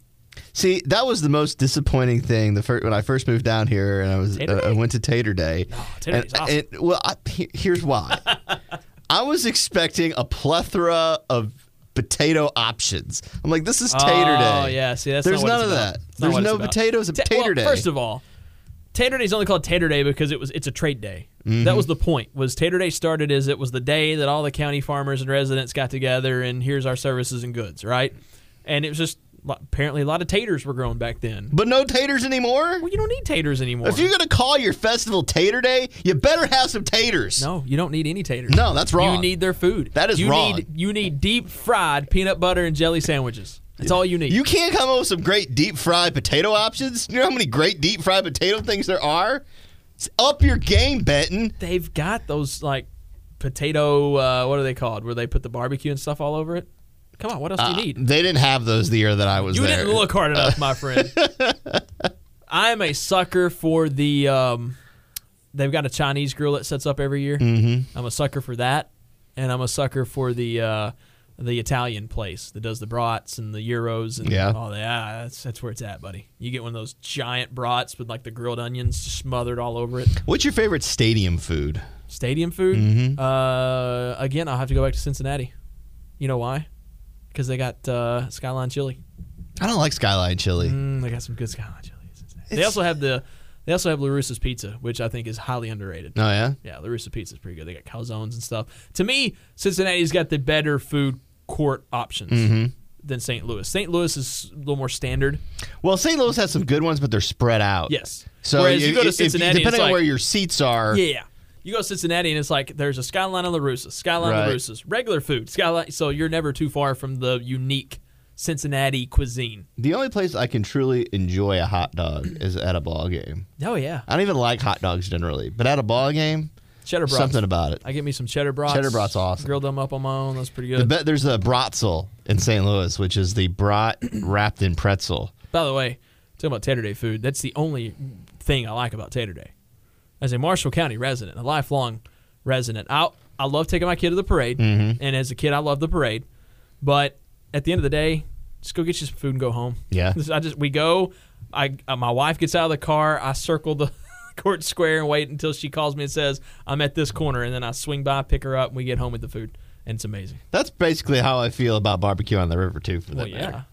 D: See, that was the most disappointing thing. The first, when I first moved down here, and I was
G: Tater
D: uh, I
G: Day?
D: went to Tater Day.
G: Tater Day's
D: and,
G: awesome.
D: and- well, I, he- here's why. I was expecting a plethora of potato options. I'm like, this is Tater Day.
G: Oh yeah, see that's
D: there's
G: not what
D: none
G: it's
D: of
G: about.
D: that.
G: It's not
D: There's
G: what it's
D: no
G: about.
D: potatoes at
G: Ta-
D: Tater
G: well,
D: Day.
G: First of all, Tater Day is only called Tater Day because it was it's a trade day. That
D: Mm-hmm.
G: was the point. Was Tater Day started as it was the day that all the county farmers and residents got together and here's our services and goods, right? And it was just lo- apparently a lot of taters were grown back then.
D: but no taters anymore.
G: Well, you don't need taters anymore.
D: If you're gonna call your festival Tater Day, you better have some taters.
G: no, you don't need any taters.
D: No, that's wrong.
G: You need their food.
D: That is
G: you
D: wrong.
G: Need, you need deep fried peanut butter and jelly sandwiches. That's all you need.
D: You can't come up with some great deep fried potato options. You know how many great deep fried potato things there are? It's up your game, Benton.
G: they've got those like potato uh, what are they called where they put the barbecue and stuff all over it come on what else do you need
D: They didn't have those the year that I was
G: you
D: there.
G: didn't look hard enough my friend i'm a sucker for the um, they've got a chinese grill that sets up every year mm-hmm. i'm a sucker for that and i'm a sucker for the uh, the italian place that does the brats and the euros and
D: Yeah.
G: all that Ah, that's, that's where it's at buddy you get one of those giant brats with like the grilled onions smothered all over it
D: What's your favorite stadium food?
G: stadium food.
D: Mm-hmm.
G: Uh, again, I'll have to go back to Cincinnati. You know why? Because they got uh, Skyline Chili.
D: I don't like skyline chili.
G: Mm, they got some good Skyline Chili. in Cincinnati. They also have the they also have Larusa's Pizza, which I think is highly underrated.
D: Oh yeah.
G: Yeah, Larusa Pizza's pretty good. They got calzones and stuff. To me, Cincinnati's got the better food court options
D: Mm-hmm.
G: than St. Louis. St. Louis is a little more standard.
D: Well, St. Louis has some good ones, but they're spread out.
G: Yes.
D: So
G: Whereas you
D: if-
G: go to
D: if-
G: Cincinnati, it's
D: depending on
G: like-
D: where your seats are.
G: Yeah, yeah. You go to Cincinnati and it's like there's a skyline of LaRusa, skyline
D: Right.
G: of LaRusa's, regular food, skyline. So you're never too far from the unique Cincinnati cuisine.
D: The only place I can truly enjoy a hot dog is at a ball game.
G: Oh yeah,
D: I don't even like hot dogs generally, but at a ball game,
G: cheddar brats.
D: something about it.
G: I get me some cheddar brats.
D: Cheddar brats awesome.
G: Grilled them up on my own. That's pretty
D: The
G: good.
D: be- there's a bratzel in St. Louis, which is the brat wrapped in pretzel.
G: By the way, talking about Tater Day food, that's the only thing I like about Tater Day. As a Marshall County resident, a lifelong resident, I I love taking my kid to the parade,
D: Mm-hmm.
G: and as a kid, I love the parade. But at the end of the day, just go get you some food and go home.
D: Yeah.
G: This- I just we go. I uh, my wife gets out of the car. I circle the court square and wait until she calls me and says I'm at this corner, and then I swing by, pick her up, and we get home with the food. And it's amazing.
D: That's basically how I feel about barbecue on the river too. For that
G: Well,
D: matter.
G: yeah,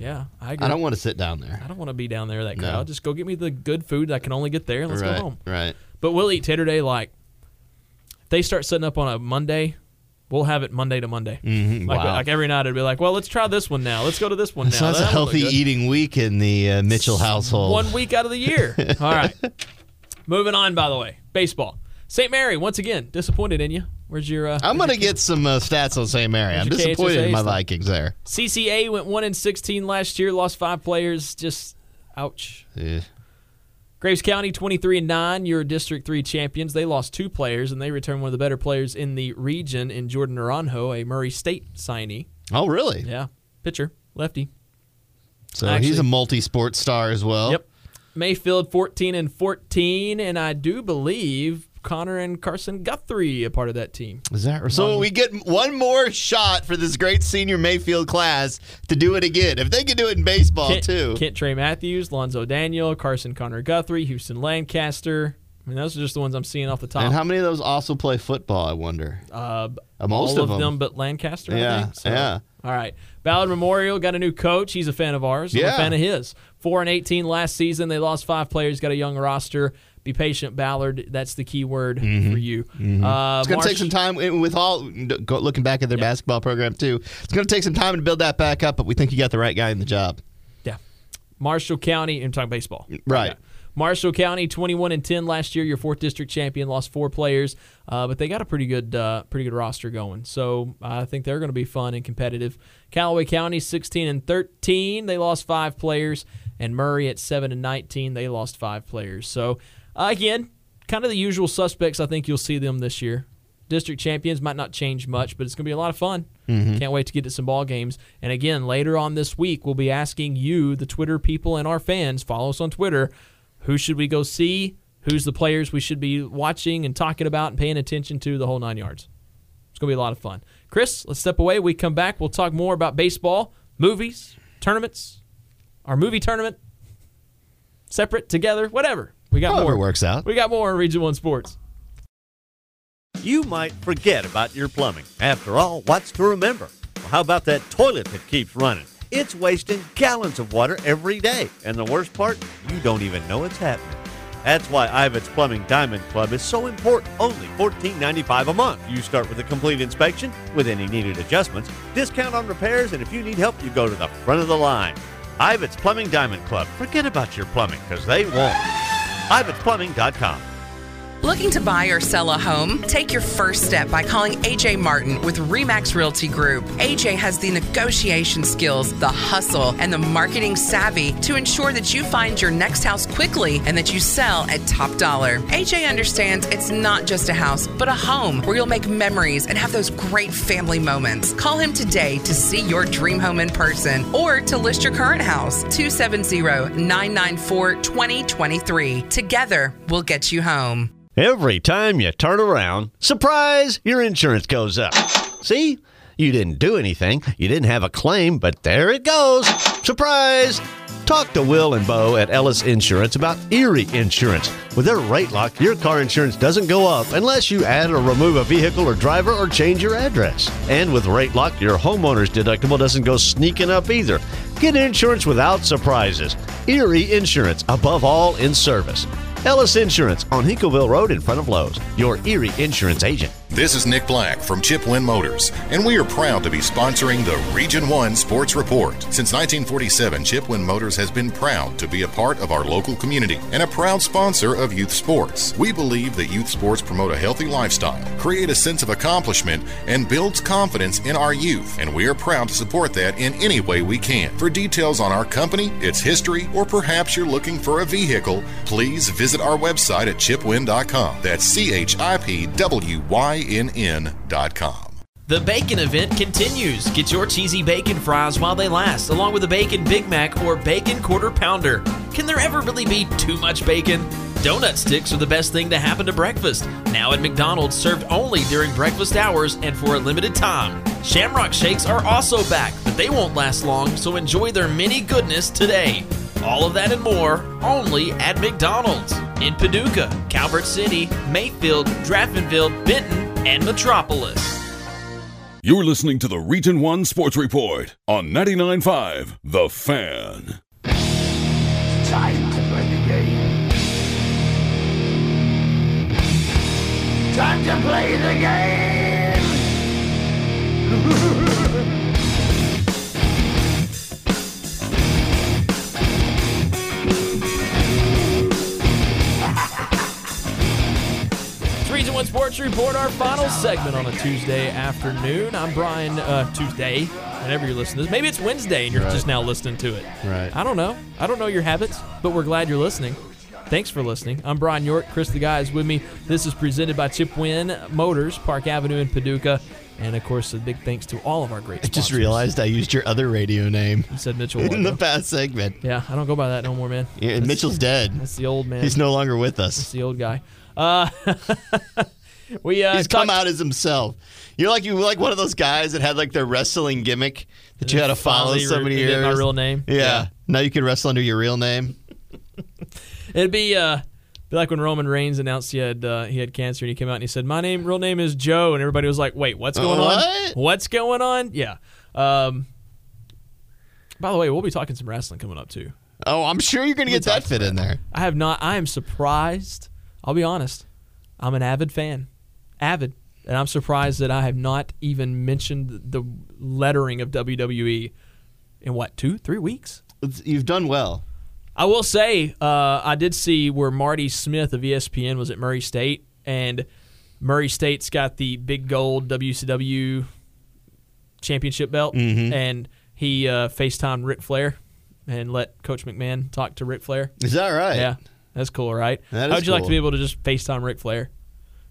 G: yeah, I agree.
D: I don't want to sit down there.
G: I don't want to be down there that crowd.
D: No.
G: Just go get me the good food that I can only get there and let's
D: right,
G: go home.
D: right.
G: But we'll eat Tater Day like if they start setting up on a Monday, we'll have it Monday to Monday. Mm-hmm. Like,
D: Wow.
G: like every night it'd be like, Well, let's try this one now. Let's go to this one now.
D: So that's a
G: That one looked
D: healthy
G: good."
D: eating week in the uh, Mitchell household.
G: One week out of the year. All right. Moving on by the way. Baseball. St. Mary, once again, disappointed in you. Where's your uh,
D: I'm gonna get some uh, stats on St. Mary. I'm
G: your
D: disappointed in
G: KHSA
D: my
G: stuff?
D: Vikings there.
G: CCA went one in sixteen last year, lost five players, just ouch.
D: Eh.
G: Graves County 23 and 9, your District 3 champions. They lost two players and they returned one of the better players in the region in Jordan Naranjo, a Murray State signee.
D: Oh, really?
G: Yeah, pitcher, lefty.
D: So he's
G: Actually-
D: a multi-sport star as well.
G: Yep. Mayfield 14 and 14 and I do believe Connor and Carson Guthrie a part of that team.
D: Is that right? So we get one more shot for this great senior Mayfield class to do it again. If they can do it in baseball
G: Kent,
D: too,
G: Kent Trey Matthews, Lonzo Daniel, Carson Connor Guthrie, Houston Lancaster. I mean, those are just the ones I'm seeing off the top.
D: and how many of those also play football? I wonder.
G: Oh. Uh, b-
D: Uh, most
G: all
D: of
G: of
D: them.
G: them. but Lancaster. I
D: Yeah,
G: think. So,
D: yeah.
G: All right. Ballard Memorial got a new coach. He's a fan of ours. I'm
D: Yeah.
G: a fan of his. Four and eighteen last season. They lost five players. Got a young roster. Be patient, Ballard. That's the key word for you. Uh,
D: Mm-hmm. It's going to
G: Marsh-
D: take some time and with all go- looking back at their basketball program too. It's going to take some time to build that back up, but we think you got the right guy in the job.
G: Yeah. Marshall County, I'm talking baseball.
D: Right.
G: Yeah. Marshall County, 21 and 10 last year, your fourth district champion, lost four players, uh, but they got a pretty good, uh, pretty good roster going. So uh, I think they're going to be fun and competitive. Callaway County, 16 and 13, they lost five players, and Murray at 7 and 19, they lost five players. So uh, again, kind of the usual suspects. I think you'll see them this year. District champions might not change much, but it's going to be a lot of fun.
D: Mm-hmm.
G: Can't wait to get to some ball games. And again, later on this week, we'll be asking you, the Twitter people and our fans, follow us on Twitter. Who should we go see? Who's the players we should be watching and talking about and paying attention to? The whole nine yards. It's going to be a lot of fun. Chris, let's step away. We come back. We'll talk more about baseball, movies, tournaments, our movie tournament, separate, together, whatever. We got
D: However
G: more.
D: it works out.
G: We got more on Region 1 Sports.
E: You might forget about your plumbing. After all, what's to remember? Well, how about that toilet that keeps running? It's wasting gallons of water every day. And the worst part, you don't even know it's happening. That's why Ivet's Plumbing Diamond Club is so important. Only $14.95 a month. You start with a complete inspection with any needed adjustments, discount on repairs, and if you need help, you go to the front of the line. Ivet's Plumbing Diamond Club. Forget about your plumbing, because they won't. Ivet'sPlumbing.com.
B: Looking to buy or sell a home? Take your first step by calling AJ Martin with REMAX Realty Group. AJ has the negotiation skills, the hustle, and the marketing savvy to ensure that you find your next house quickly and that you sell at top dollar. AJ understands it's not just a house, but a home where you'll make memories and have those great family moments. Call him today to see your dream home in person or to list your current house. 270 994 2023. Together, we'll get you home.
E: Every time you turn around, surprise, your insurance goes up. See? You didn't do anything, you didn't have a claim, but there it goes. Surprise! Talk to Will and Bo at Ellis Insurance about Erie Insurance. With their rate lock, your car insurance doesn't go up unless you add or remove a vehicle or driver or change your address. And with rate lock, your homeowner's deductible doesn't go sneaking up either. Get insurance without surprises. Erie Insurance, above all, in service. Ellis Insurance on Hinkaville Road in front of Lowe's, your Erie insurance agent.
F: This is Nick Black from Chip Win Motors, and we are proud to be sponsoring the Region 1 Sports Report. Since 1947, Chip Win Motors has been proud to be a part of our local community and a proud sponsor of youth sports. We believe that youth sports promote a healthy lifestyle, create a sense of accomplishment, and builds confidence in our youth, and we are proud to support that in any way we can. For details on our company, its history, or perhaps you're looking for a vehicle, please visit our website at chipwin.com. That's C H I P W Y N N.com.
C: The bacon event continues. Get your cheesy bacon fries while they last, along with a bacon Big Mac or bacon quarter pounder. Can there ever really be too much bacon? Donut sticks are the best thing to happen to breakfast. Now at McDonald's, served only during breakfast hours and for a limited time. Shamrock shakes are also back, but they won't last long, so enjoy their mini goodness today. All of that and more only at McDonald's in Paducah, Calvert City, Mayfield, Draftmanville, Benton, and Metropolis.
A: You're listening to the Region 1 Sports Report on 99.5 The Fan.
H: Time to play the game. Time to play the game.
G: It's Region 1 Sports Report, our final segment on a Tuesday afternoon. I'm Brian, uh, Tuesday, whenever you're listening to this. Maybe it's Wednesday and you're just now listening to it.
D: Right.
G: I don't know. I don't know your habits, but we're glad you're listening. Thanks for listening. I'm Brian York. Chris the Guy is with me. This is presented by Chip Wynn Motors, Park Avenue in Paducah. And, of course, a big thanks to all of our great
D: I just
G: sponsors.
D: realized I used your other radio name
G: You said Mitchell.
D: in the
G: White.
D: past segment.
G: yeah, I don't go by that no more, man.
D: Yeah,
G: That's-
D: Mitchell's dead.
G: That's the old man.
D: He's no longer with us.
G: That's the old guy. Uh, we uh,
D: He's come
G: talked-
D: out as himself. You're like you were like one of those guys that had like their wrestling gimmick that you had to follow
G: Finally
D: so many
G: re- did
D: years.
G: My real name.
D: Yeah. Now you can wrestle under your real name.
G: It'd be uh, be like when Roman Reigns announced he had uh, he had cancer, and he came out and he said, "My name, real name is Joe," and everybody was like, "Wait, what's going on?
D: What?
G: What's going on?" Yeah. Um, by the way, we'll be talking some wrestling coming up too.
D: Oh, I'm sure you're gonna get that fit in there.
G: I have not. I am surprised I'll be honest. I'm an avid fan, avid, and I'm surprised that I have not even mentioned the lettering of WWE in what two, three weeks.
D: It's- you've done well.
G: I will say, uh, I did see where Marty Smith of E ESPN was at Murray State, and Murray State's got the big gold WCW championship belt,
D: Mm-hmm.
G: and he uh, FaceTimed Ric Flair and let Coach McMahon talk to Ric Flair.
D: Is that right?
G: Yeah, that's cool, right?
D: That
G: How
D: is
G: would you like
D: cool.
G: to be able to just FaceTime Ric Flair?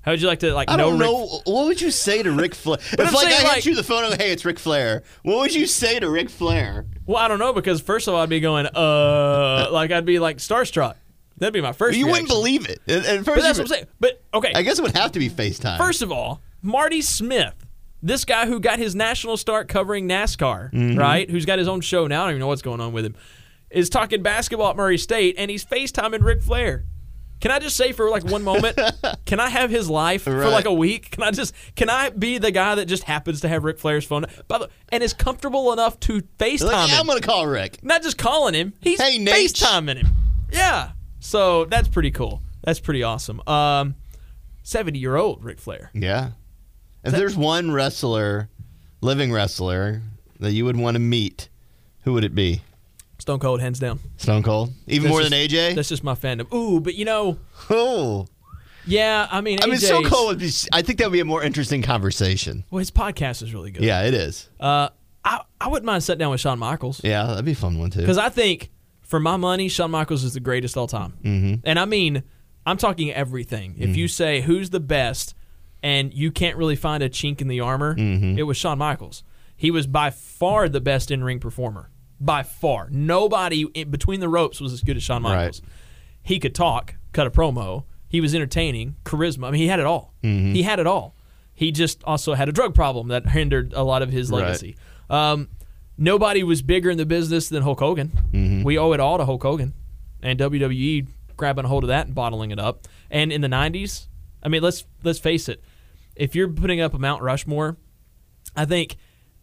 G: How would you like to like
D: I don't
G: know? Ric-
D: know. What would you say to Ric Flair? if
G: I'm
D: like I
G: saying,
D: hit
G: like-
D: you the phone, and, hey, it's Ric Flair. What would you say to Ric Flair?
G: well, I don't know because first of all, I'd be going, uh, like I'd be like starstruck. That'd be my first.
D: You wouldn't
G: reaction.
D: believe it. At- at first
G: But that's
D: you-
G: what I'm saying. But okay,
D: I guess it would have to be FaceTime.
G: First of all, Marty Smith, this guy who got his national start covering NASCAR,
D: Mm-hmm.
G: right? Who's got his own show now. I don't even know what's going on with him. Is talking basketball at Murray State and he's FaceTiming Ric Flair. Can I just say for like one moment, can I have his life for
D: Right.
G: like a week? Can I just can I be the guy that just happens to have Ric Flair's phone by the, and is comfortable enough to FaceTime
D: Like, yeah,
G: him?
D: I'm gonna call Rick.
G: not just calling him. He's
D: Hey, Nate.
G: FaceTiming him. Yeah. So that's pretty cool. That's pretty awesome. Um, seventy year old Ric Flair.
D: Yeah. If there's one wrestler, living wrestler, that you would want to meet, who would it be?
G: Stone Cold, hands down.
D: Stone Cold. Even
G: That's
D: more
G: just-
D: than AJ.
G: That's just my fandom. Ooh, but you know,
D: oh.
G: yeah, I mean,
D: I mean,
G: AJ's
D: Stone Cold would be. I think that would be a more interesting conversation.
G: Well, his podcast is really good.
D: Yeah, it is.
G: Uh, I, I wouldn't mind sitting down with Shawn Michaels
D: Yeah, that'd be a fun one too.
G: because I think, for my money, Shawn Michaels is the greatest all time. Mm-hmm. And I mean, I'm talking everything. If
D: Mm-hmm.
G: you say who's the best and you can't really find a chink in the armor, it was Shawn Michaels. He was by far the best in ring performer. By far. Nobody in, between the ropes was as good as Shawn
D: Right.
G: Michaels. he could talk, cut a promo. He was entertaining, charisma. I mean, he had it all. He had it all. He just also had a drug problem that hindered a lot of his legacy. Um, nobody was bigger in the business than Hulk Hogan. We owe it all to Hulk Hogan and WWE grabbing a hold of that and bottling it up. And in the '90s, I mean, let's let's face it. If you're putting up a Mount Rushmore, I think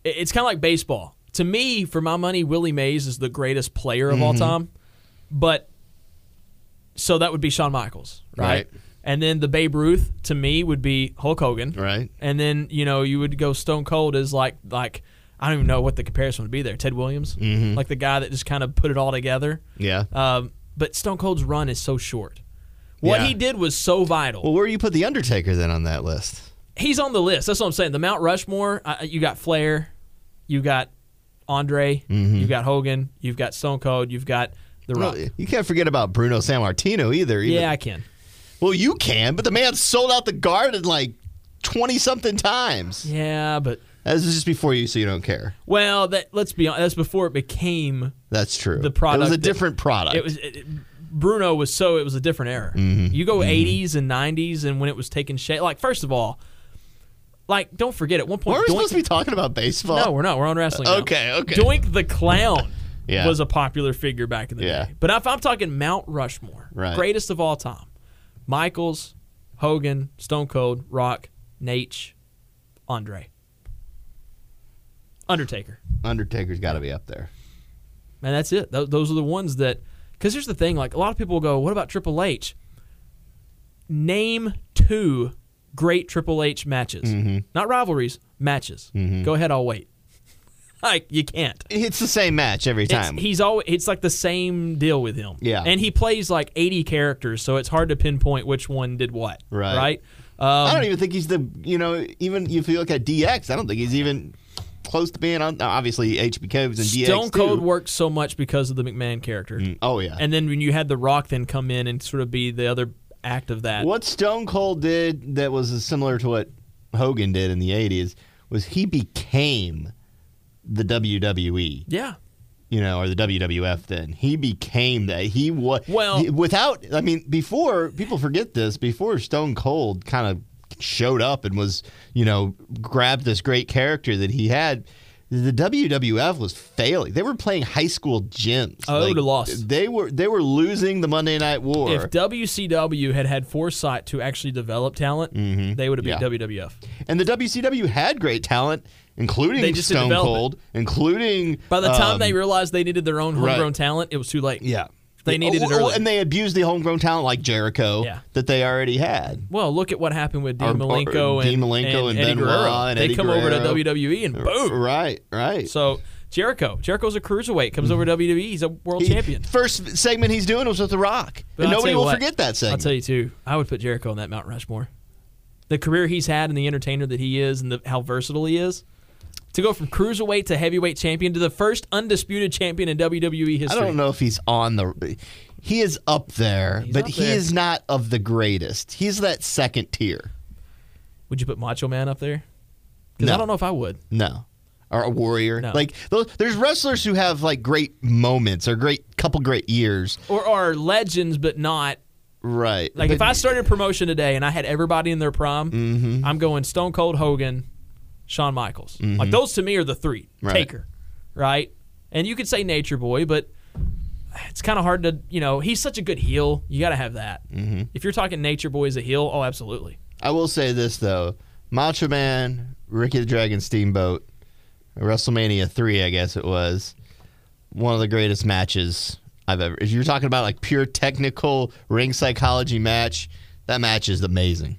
G: i- it's kind of like baseball. To me, for my money, Willie Mays is the greatest player of all time. But so that would be Shawn Michaels, right?
D: Right.
G: And then the Babe Ruth to me would be Hulk Hogan,
D: Right.
G: And then you know you would go Stone Cold as like like I don't even know what the comparison would be there. Ted Williams, like the guy that just kind of put it all together.
D: Mm-hmm. yeah.
G: Um, but Stone Cold's run is so short. What
D: Yeah.
G: he did was so vital.
D: well, where do you put the Undertaker then on that list?
G: He's on the list. That's what I'm saying. The Mount Rushmore. Uh, you got Flair, you got Andre, you've got Hogan, you've got Stone Cold, you've got The Rock.
D: Mm-hmm. Well, you can't forget about Bruno Sammartino either. even-
G: yeah, I can.
D: Well, you can, but the man sold out the garden like twenty something times.
G: Yeah, but
D: This is just before you, so you don't care.
G: Well, that let's be honest. That's before it became.
D: That's true.
G: The
D: It
G: product
D: was a
G: that-
D: different product.
G: It was it, it- Bruno was so it was a different era.
D: Mm-hmm.
G: You go 80s and 90s, and when it was taking shape. Like first of all, like don't forget at one point.
D: Were we
G: Doink-
D: supposed to be talking about baseball?
G: no, we're not. We're on wrestling. now.
D: Okay, okay.
G: Doink the clown
D: Yeah.
G: was a popular figure back in the
D: Yeah.
G: day. But if I'm talking Mount Rushmore,
D: Right.
G: greatest of all time, Michaels, Hogan, Stone Cold, Rock, Nate, Andre, Undertaker.
D: Undertaker's got to be up there.
G: And that's it. Tho- those are the ones that. Because here's the thing: like a lot of people go, "What about Triple H?" Name two great Triple H matches,
D: Mm-hmm.
G: not rivalries, matches. Go ahead, I'll wait. like you can't.
D: It's the same match every
G: It's,
D: time.
G: he's always it's like the same deal with him.
D: Yeah.
G: and he plays like 80 characters, so it's hard to pinpoint which one did what.
D: Right.
G: Right.
D: I
G: Um,
D: don't even think he's the you know even if you look at DX, I don't think he's even close to being on. Obviously, HBK was in DX.
G: Stone Cold
D: too.
G: worked so much because of the McMahon character,
D: Oh yeah.
G: and then when you had The Rock then come in and sort of be the other act of that.
D: what Stone Cold did that was similar to what Hogan did in the '80s was he became the WWE,
G: Yeah.
D: you know, or the WWF. Then he became that. He was
G: Well-
D: without. I mean, before people forget this, before Stone Cold kind of showed up and was you know grabbed this great character that he had. The WWF was failing. They were playing high school gyms.
G: Oh, to loss.
D: They were they were losing the Monday Night War.
G: If WCW had had foresight to actually develop talent, they would have
D: Mm-hmm. Yeah.
G: beat WWF.
D: And the WCW had great talent, including
G: They just didn't
D: Stone
G: develop it.
D: Cold, including
G: By the time
D: um,
G: they realized they needed their own
D: right.
G: homegrown talent, it was too late.
D: yeah,
G: They needed it
D: Oh, oh,
G: early.
D: and they abused the homegrown talent like Jericho
G: Yeah.
D: that they already had.
G: well, look at what happened with Dean
D: Or- or
G: Malenko and
D: Dean Malenko and
G: Eddie
D: Benoit
G: Guerrero.
D: and
G: they
D: Eddie
G: come
D: Guerrero.
G: over to WWE and boom.
D: Right, right.
G: So Jericho, Jericho's a cruiserweight, comes over to WWE. He's a world
D: Mm-hmm. He-
G: champion.
D: First segment he's doing was with The Rock,
G: But
D: and
G: I'll tell
D: nobody
G: you
D: will
G: what,
D: forget that
G: I'll
D: segment.
G: tell you too. I would put Jericho on that Mount Rushmore. The career he's had and the entertainer that he is and the, how versatile he is. To go from cruiserweight to heavyweight champion to the first undisputed champion in WWE history.
D: I don't know if he's on the. He is up there,
G: He's
D: but
G: up
D: he
G: there.
D: is not of the greatest. He's that second tier.
G: Would you put Macho Man up there? Because
D: No.
G: I don't know if I would.
D: No. Or a warrior.
G: No.
D: Like those, there's wrestlers who have like great moments or great couple great years.
G: Or are legends, but not.
D: Right.
G: Like, if
D: But Mm-hmm.
G: I started a promotion today and I had everybody in their prime, I'm going Stone Cold Hogan, Shawn Michaels. Like, those to me are the three.
D: Mm-hmm. Right.
G: Taker, right? And you could say Nature Boy, but it's kind of hard to, you know, he's such a good heel. You got to have that. Mm-hmm. If you're talking Nature Boy as a heel, oh, absolutely.
D: I will say this though. Macho Man, Ricky the Dragon Steamboat, WrestleMania three, I guess it was, one of the greatest matches I've ever if you're talking about like pure technical ring psychology match, that match is amazing.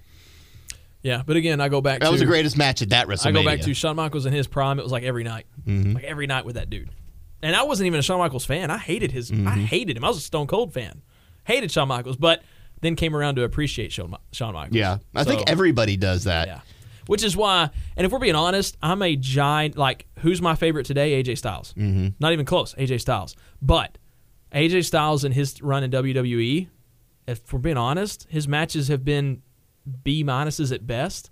G: Yeah, but again, I go back
D: That
G: to.
D: was the greatest match at that WrestleMania.
G: I go back to Shawn Michaels in his prime. It was like every night, like every night with that dude. And I wasn't even a Shawn Michaels fan. I hated his. I hated him. I was a Stone Cold fan. Hated Shawn Michaels, but then came around to appreciate Shawn, Mi- Shawn Michaels.
D: Yeah. I think
G: So,
D: everybody does that.
G: Yeah, which is why. And if we're being honest, I'm a giant. Like, who's my favorite today? AJ Styles. Mm-hmm. Not even close. AJ Styles. But AJ Styles and his run in WWE. If we're being honest, his matches have been B minuses at best.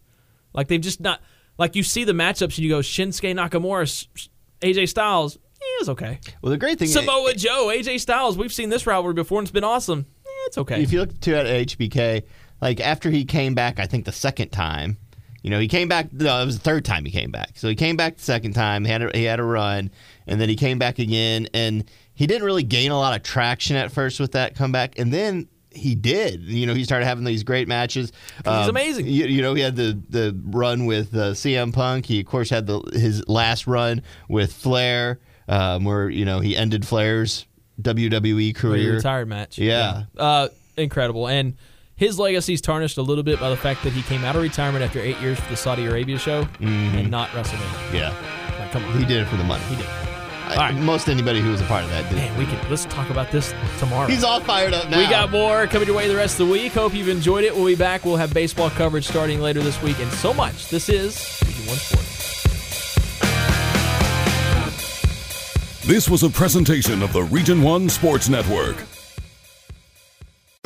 G: Like they've just not like you see the matchups and you go Shinsuke Nakamura, S- S- AJ Styles, eh, it's okay.
D: Well the great thing
G: Samoa Joe, AJ Styles, we've seen this rivalry before and it's been awesome. Eh, it's okay.
D: if you look too at HBK, like after he came back, I think the second time, you know, he came back. No, it was the third time he came back. So he came back the second time. He had a, he had a run, and then he came back again, and he didn't really gain a lot of traction at first with that comeback, and then. He did, you know. He started having these great matches. Um,
G: He's amazing.
D: You, you know, he had the, the run with uh, CM Punk. He of course had the his last run with Flair, um, where you know he ended Flair's WWE
G: Really
D: career.
G: retired match.
D: Yeah.
G: Uh, incredible. And his legacy's tarnished a little bit by the fact that he came out of retirement after eight years for the Saudi Arabia show and not WrestleMania.
D: Yeah.
G: Like, come on.
D: Mm-hmm. He did it for the money.
G: He did.
D: I-
G: All right.
D: Most anybody who was a part of that did.
G: Man, we can let's talk about this tomorrow.
D: He's all fired up now.
G: We got more coming your way the rest of the week. Hope you've enjoyed it. We'll be back. We'll have baseball coverage starting later this week, and so much. This is Region One Sports.
A: This was a presentation of the Region 1 Sports Network.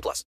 I: plus.